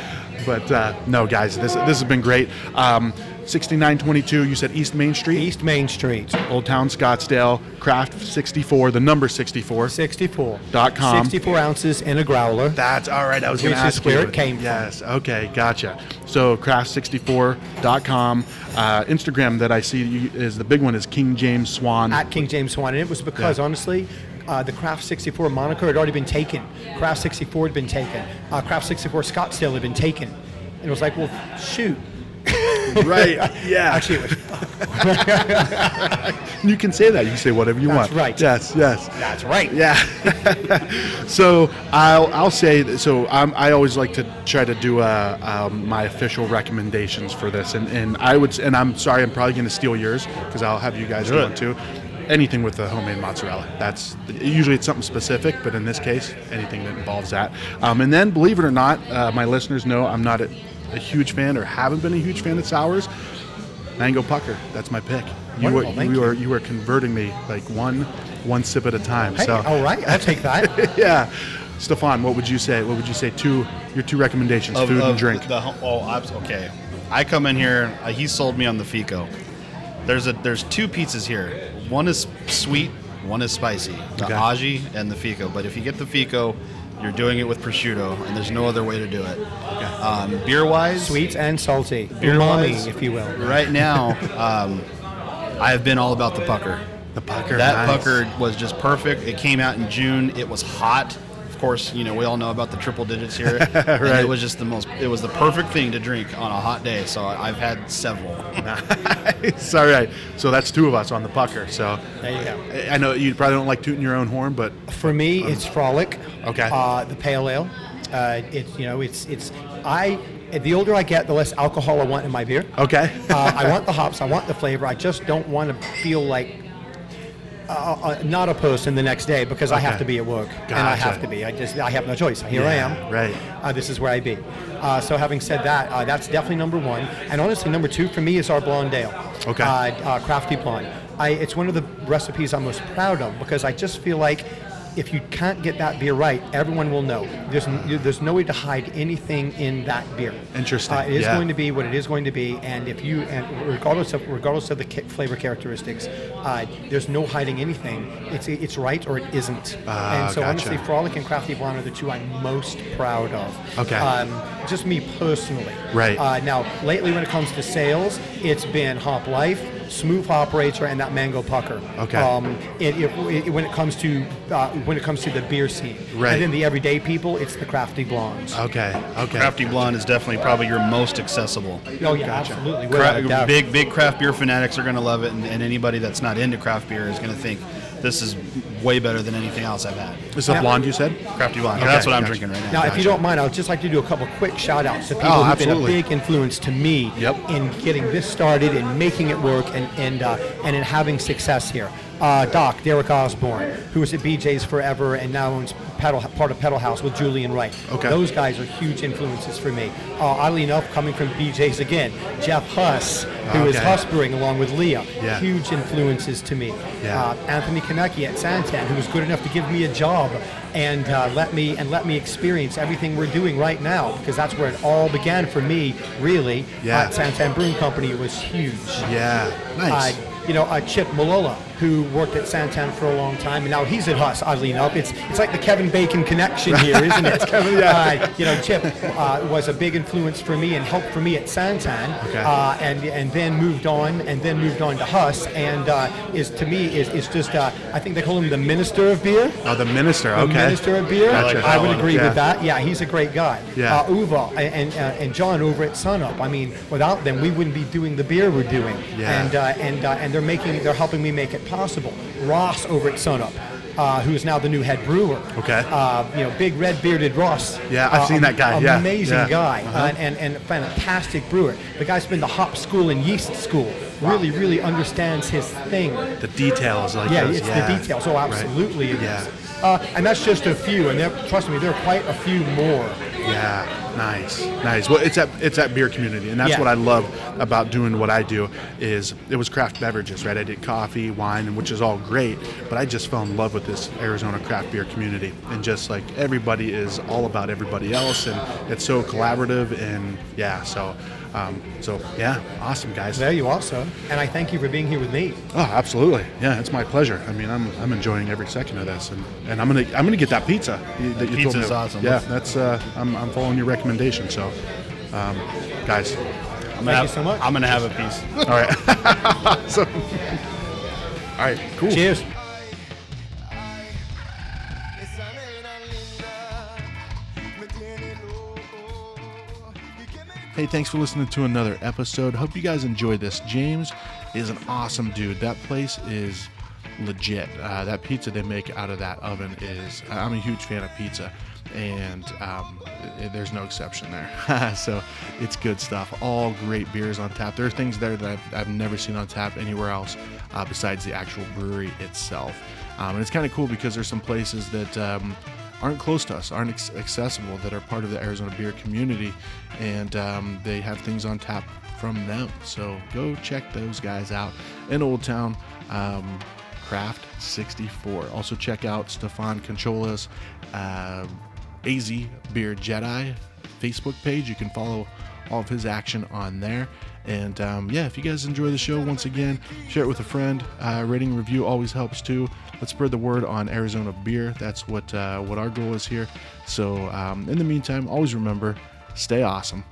Speaker 4: But uh, no, guys, this, this has been great. Um, 6922, you said East Main Street?
Speaker 1: East Main Street,
Speaker 4: Old Town Scottsdale, Craft 64, the number 64.
Speaker 1: 64.
Speaker 4: Dot com.
Speaker 1: 64 ounces in a growler.
Speaker 4: That's all right. I was going to
Speaker 1: Which is
Speaker 4: ask
Speaker 1: where
Speaker 4: you.
Speaker 1: it came from.
Speaker 4: Yes. Okay. Gotcha. So craft64.com. Uh, Instagram that I see you- is the big one is King James Swan.
Speaker 1: at King James One, and it was because honestly, uh, the Craft 64 moniker had already been taken. Craft 64 had been taken. Uh, Craft 64 Scottsdale had been taken, and it was like, well, shoot.
Speaker 4: right. Yeah.
Speaker 1: Actually, it was,
Speaker 4: you can say that. You can say whatever you
Speaker 1: That's
Speaker 4: want.
Speaker 1: right.
Speaker 4: Yes. Yes.
Speaker 1: that's right.
Speaker 4: Yeah. so I'll I'll say that- so. I'm, I always like to try to do uh, um, my official recommendations for this, and, and I would s- and I'm sorry, I'm probably going to steal yours because I'll have you guys do it too. Anything with the homemade mozzarella. That's usually it's something specific, but in this case, anything that involves that. Um, and then, believe it or not, uh, my listeners know I'm not a, a huge fan or haven't been a huge fan of sours. Mango pucker. That's my pick. You
Speaker 1: Wonderful,
Speaker 4: are
Speaker 1: thank
Speaker 4: you,
Speaker 1: you.
Speaker 4: are you are converting me like one one sip at a time.
Speaker 1: Hey,
Speaker 4: so
Speaker 3: oh.
Speaker 1: all right, I'll take that.
Speaker 4: yeah. Stefan, what would you say? What would you say? Two your two recommendations,
Speaker 3: Of-
Speaker 4: food
Speaker 3: of
Speaker 4: and drink.
Speaker 3: The, the- oh, abs- okay. I come in here. Uh, he sold me on the Fico. There's a there's two pizzas here. One is sweet. One is spicy. The
Speaker 4: Okay.
Speaker 3: Aji and the Fico. But if you get the Fico, you're doing it with prosciutto, and there's no other way to do it. Um, beer wise,
Speaker 1: Sweet and salty,
Speaker 3: Beer
Speaker 1: umami,
Speaker 3: wise.
Speaker 1: if you will.
Speaker 3: Right now, um, I have been all about the pucker.
Speaker 4: The pucker,
Speaker 3: That
Speaker 4: nice.
Speaker 3: pucker was just perfect. It came out in June. It was hot. Of course, you know we all know about the triple digits here. And
Speaker 4: Right.
Speaker 3: it was just the most. It was the perfect thing to drink on a hot day. So I- I've had several.
Speaker 4: It's all right. So that's two of us on the pucker. So
Speaker 1: There you go.
Speaker 4: I- I know you probably don't like tooting your own horn, but
Speaker 1: For me, it's frolic.
Speaker 4: Okay.
Speaker 1: Uh, the pale ale. Uh, it's you know, it's it's I. The older I get, the less alcohol I want in my beer.
Speaker 4: okay.
Speaker 1: uh, I want the hops. I want the flavor. I just don't want to feel like uh, uh, not a person the next day because I have
Speaker 4: Okay.
Speaker 1: to be at work and I
Speaker 4: Gotcha.
Speaker 1: have to be. I just I have no choice. Here I
Speaker 4: Yeah,
Speaker 1: am.
Speaker 4: right.
Speaker 1: Uh, this is where I be. Uh, so having said that, uh, that's definitely number one. And honestly, number two for me is our blonde ale.
Speaker 4: Okay.
Speaker 1: Uh, uh, crafty blonde. I, it's one of the recipes I'm most proud of because I just feel like if you can't get that beer right, everyone will know. There's n- there's no way to hide anything in that beer.
Speaker 4: Interesting,
Speaker 1: Uh, it is
Speaker 4: yeah.
Speaker 1: going to be what it is going to be, and if you and regardless of regardless of the ca- flavor characteristics, uh, there's no hiding anything. It's it's right or it isn't.
Speaker 4: Ah,
Speaker 1: and so
Speaker 4: gotcha.
Speaker 1: honestly, Frolic and Crafty Blonde are the two I'm most proud of.
Speaker 4: Okay.
Speaker 1: Um, just me personally.
Speaker 4: Right.
Speaker 1: Uh, now, lately, when it comes to sales, it's been Hop Life, Smooth Hop Racer, and that Mango Pucker.
Speaker 4: Okay.
Speaker 1: Um, it, it, it- when it comes to uh, when it comes to the beer scene,
Speaker 4: Right. Oh,
Speaker 1: And then the everyday people, it's the Crafty Blondes.
Speaker 4: okay. Okay.
Speaker 3: Crafty Blonde is definitely probably your most accessible.
Speaker 1: oh yeah, absolutely. without
Speaker 3: Cra-
Speaker 1: a doubt.
Speaker 3: big big craft beer fanatics are going to love it, and, and anybody that's not into craft beer is going to think this is way better than anything else I've had.
Speaker 4: Is that
Speaker 1: Now-
Speaker 4: blonde you said?
Speaker 3: Crafty Blonde.
Speaker 4: Okay,
Speaker 3: that's what I'm
Speaker 4: gotcha.
Speaker 3: drinking right now.
Speaker 1: Now, if you don't mind, I would just like to do a couple quick shout outs to people
Speaker 4: Oh,
Speaker 1: who've been a
Speaker 4: absolutely.
Speaker 1: big influence to me
Speaker 4: Yep.
Speaker 1: in getting this started and making it work and, and, uh, and in having success here. Uh, Doc, Derek Osborne, who was at BJ's forever and now owns pedal, part of Pedal House with Julian Wright.
Speaker 4: Okay.
Speaker 1: Those guys are huge influences for me. Uh, oddly enough, coming from BJ's again, Jeff Huss, who is
Speaker 4: Okay.
Speaker 1: Huss Brewing along with Leah,
Speaker 4: Yeah.
Speaker 1: huge influences to me.
Speaker 4: Yeah.
Speaker 1: Uh, Anthony Kanecki at Santan, who was good enough to give me a job and uh, let me and let me experience everything we're doing right now, because that's where it all began for me, really.
Speaker 4: Yeah.
Speaker 1: At Santan Brewing Company, it was huge.
Speaker 4: Yeah. Nice.
Speaker 1: Uh, you know, uh, Chip Malola, who worked at Santan for a long time, and now he's at Huss, oddly enough. It's it's like the Kevin Bacon connection here, isn't it?
Speaker 4: Kevin, yeah.
Speaker 1: Uh, you know, Chip uh, was a big influence for me and helped for me at Santan,
Speaker 4: Okay.
Speaker 1: uh, and and then moved on, and then moved on to Huss, and uh, is to me is, is just uh, I think they call him the minister of beer.
Speaker 4: oh, the minister.
Speaker 1: The
Speaker 4: okay.
Speaker 1: minister of beer.
Speaker 4: Gotcha.
Speaker 1: I would agree
Speaker 4: Yeah.
Speaker 1: with that. Yeah, he's a great guy.
Speaker 4: Yeah.
Speaker 1: Uh, Uva and, and, uh, and John over at Sunup. I mean, without them, we wouldn't be doing the beer we're doing.
Speaker 4: Yeah.
Speaker 1: And uh, and uh, and they're making they're helping me make it possible. Ross over at Sunup. Uh, who is now the new head brewer?
Speaker 4: Okay.
Speaker 1: Uh, you know, big red bearded Ross.
Speaker 4: Yeah, I've
Speaker 1: Uh,
Speaker 4: seen that guy. Yeah,
Speaker 1: Amazing
Speaker 4: yeah.
Speaker 1: guy
Speaker 4: Uh-huh.
Speaker 1: and, and, and a fantastic brewer. The guy's been to hop school and yeast school. Really, really understands his thing.
Speaker 4: The details like
Speaker 1: Yeah,
Speaker 4: those,
Speaker 1: it's
Speaker 4: yeah.
Speaker 1: the details. Oh,
Speaker 4: Right.
Speaker 1: absolutely it is.
Speaker 4: Yeah.
Speaker 1: Uh, and that's just a few, and there, trust me, there are quite a few more.
Speaker 4: Yeah.
Speaker 2: Nice, nice. Well, it's that it's that beer community, and that's
Speaker 1: Yeah.
Speaker 2: what I love about doing what I do. Is it was craft beverages, right? I did coffee, wine, and which is all great, but I just fell in love with this Arizona craft beer community, and just like everybody is all about everybody else, and it's so collaborative, and yeah, so, um, so yeah, awesome guys.
Speaker 1: There you are, sir. And I thank you for being here with me.
Speaker 2: Oh, absolutely. Yeah, it's my pleasure. I mean, I'm, I'm enjoying every second of this, and, and I'm gonna I'm gonna get that pizza you- that you told me.
Speaker 3: Pizza's awesome.
Speaker 2: Yeah, that's uh, I'm, I'm following your recommendation. So, um, guys,
Speaker 3: I'm
Speaker 1: Thank
Speaker 3: gonna
Speaker 1: you
Speaker 3: have-
Speaker 1: so much.
Speaker 3: I'm gonna have a piece.
Speaker 2: all right, so, all right, cool.
Speaker 1: Cheers.
Speaker 5: Esa nena linda me tiene loco y que me
Speaker 2: Hey, thanks for listening to another episode. Hope you guys enjoyed this. James is an awesome dude. That place is legit. Uh, that pizza they make out of that oven is. I- I'm a huge fan of pizza, and um, i- i- there's no exception there. so it's good stuff. All great beers on tap. There are things there that I've, I've never seen on tap anywhere else uh, besides the actual brewery itself. Um, and it's kind of cool because there's some places that. Um, aren't close to us, aren't ex- accessible, that are part of the Arizona beer community, and um, they have things on tap from them. So go check those guys out in Old Town. Um, Craft 64. Also check out Stefan Concholas, uh, AZ Beer Jedi Facebook page. You can follow all of his action on there. And um, yeah, if you guys enjoy the show, once again, share it with a friend. Uh, rating and review always helps too. Let's spread the word on Arizona beer. That's what uh, what our goal is here. So um, in the meantime, always remember, stay awesome.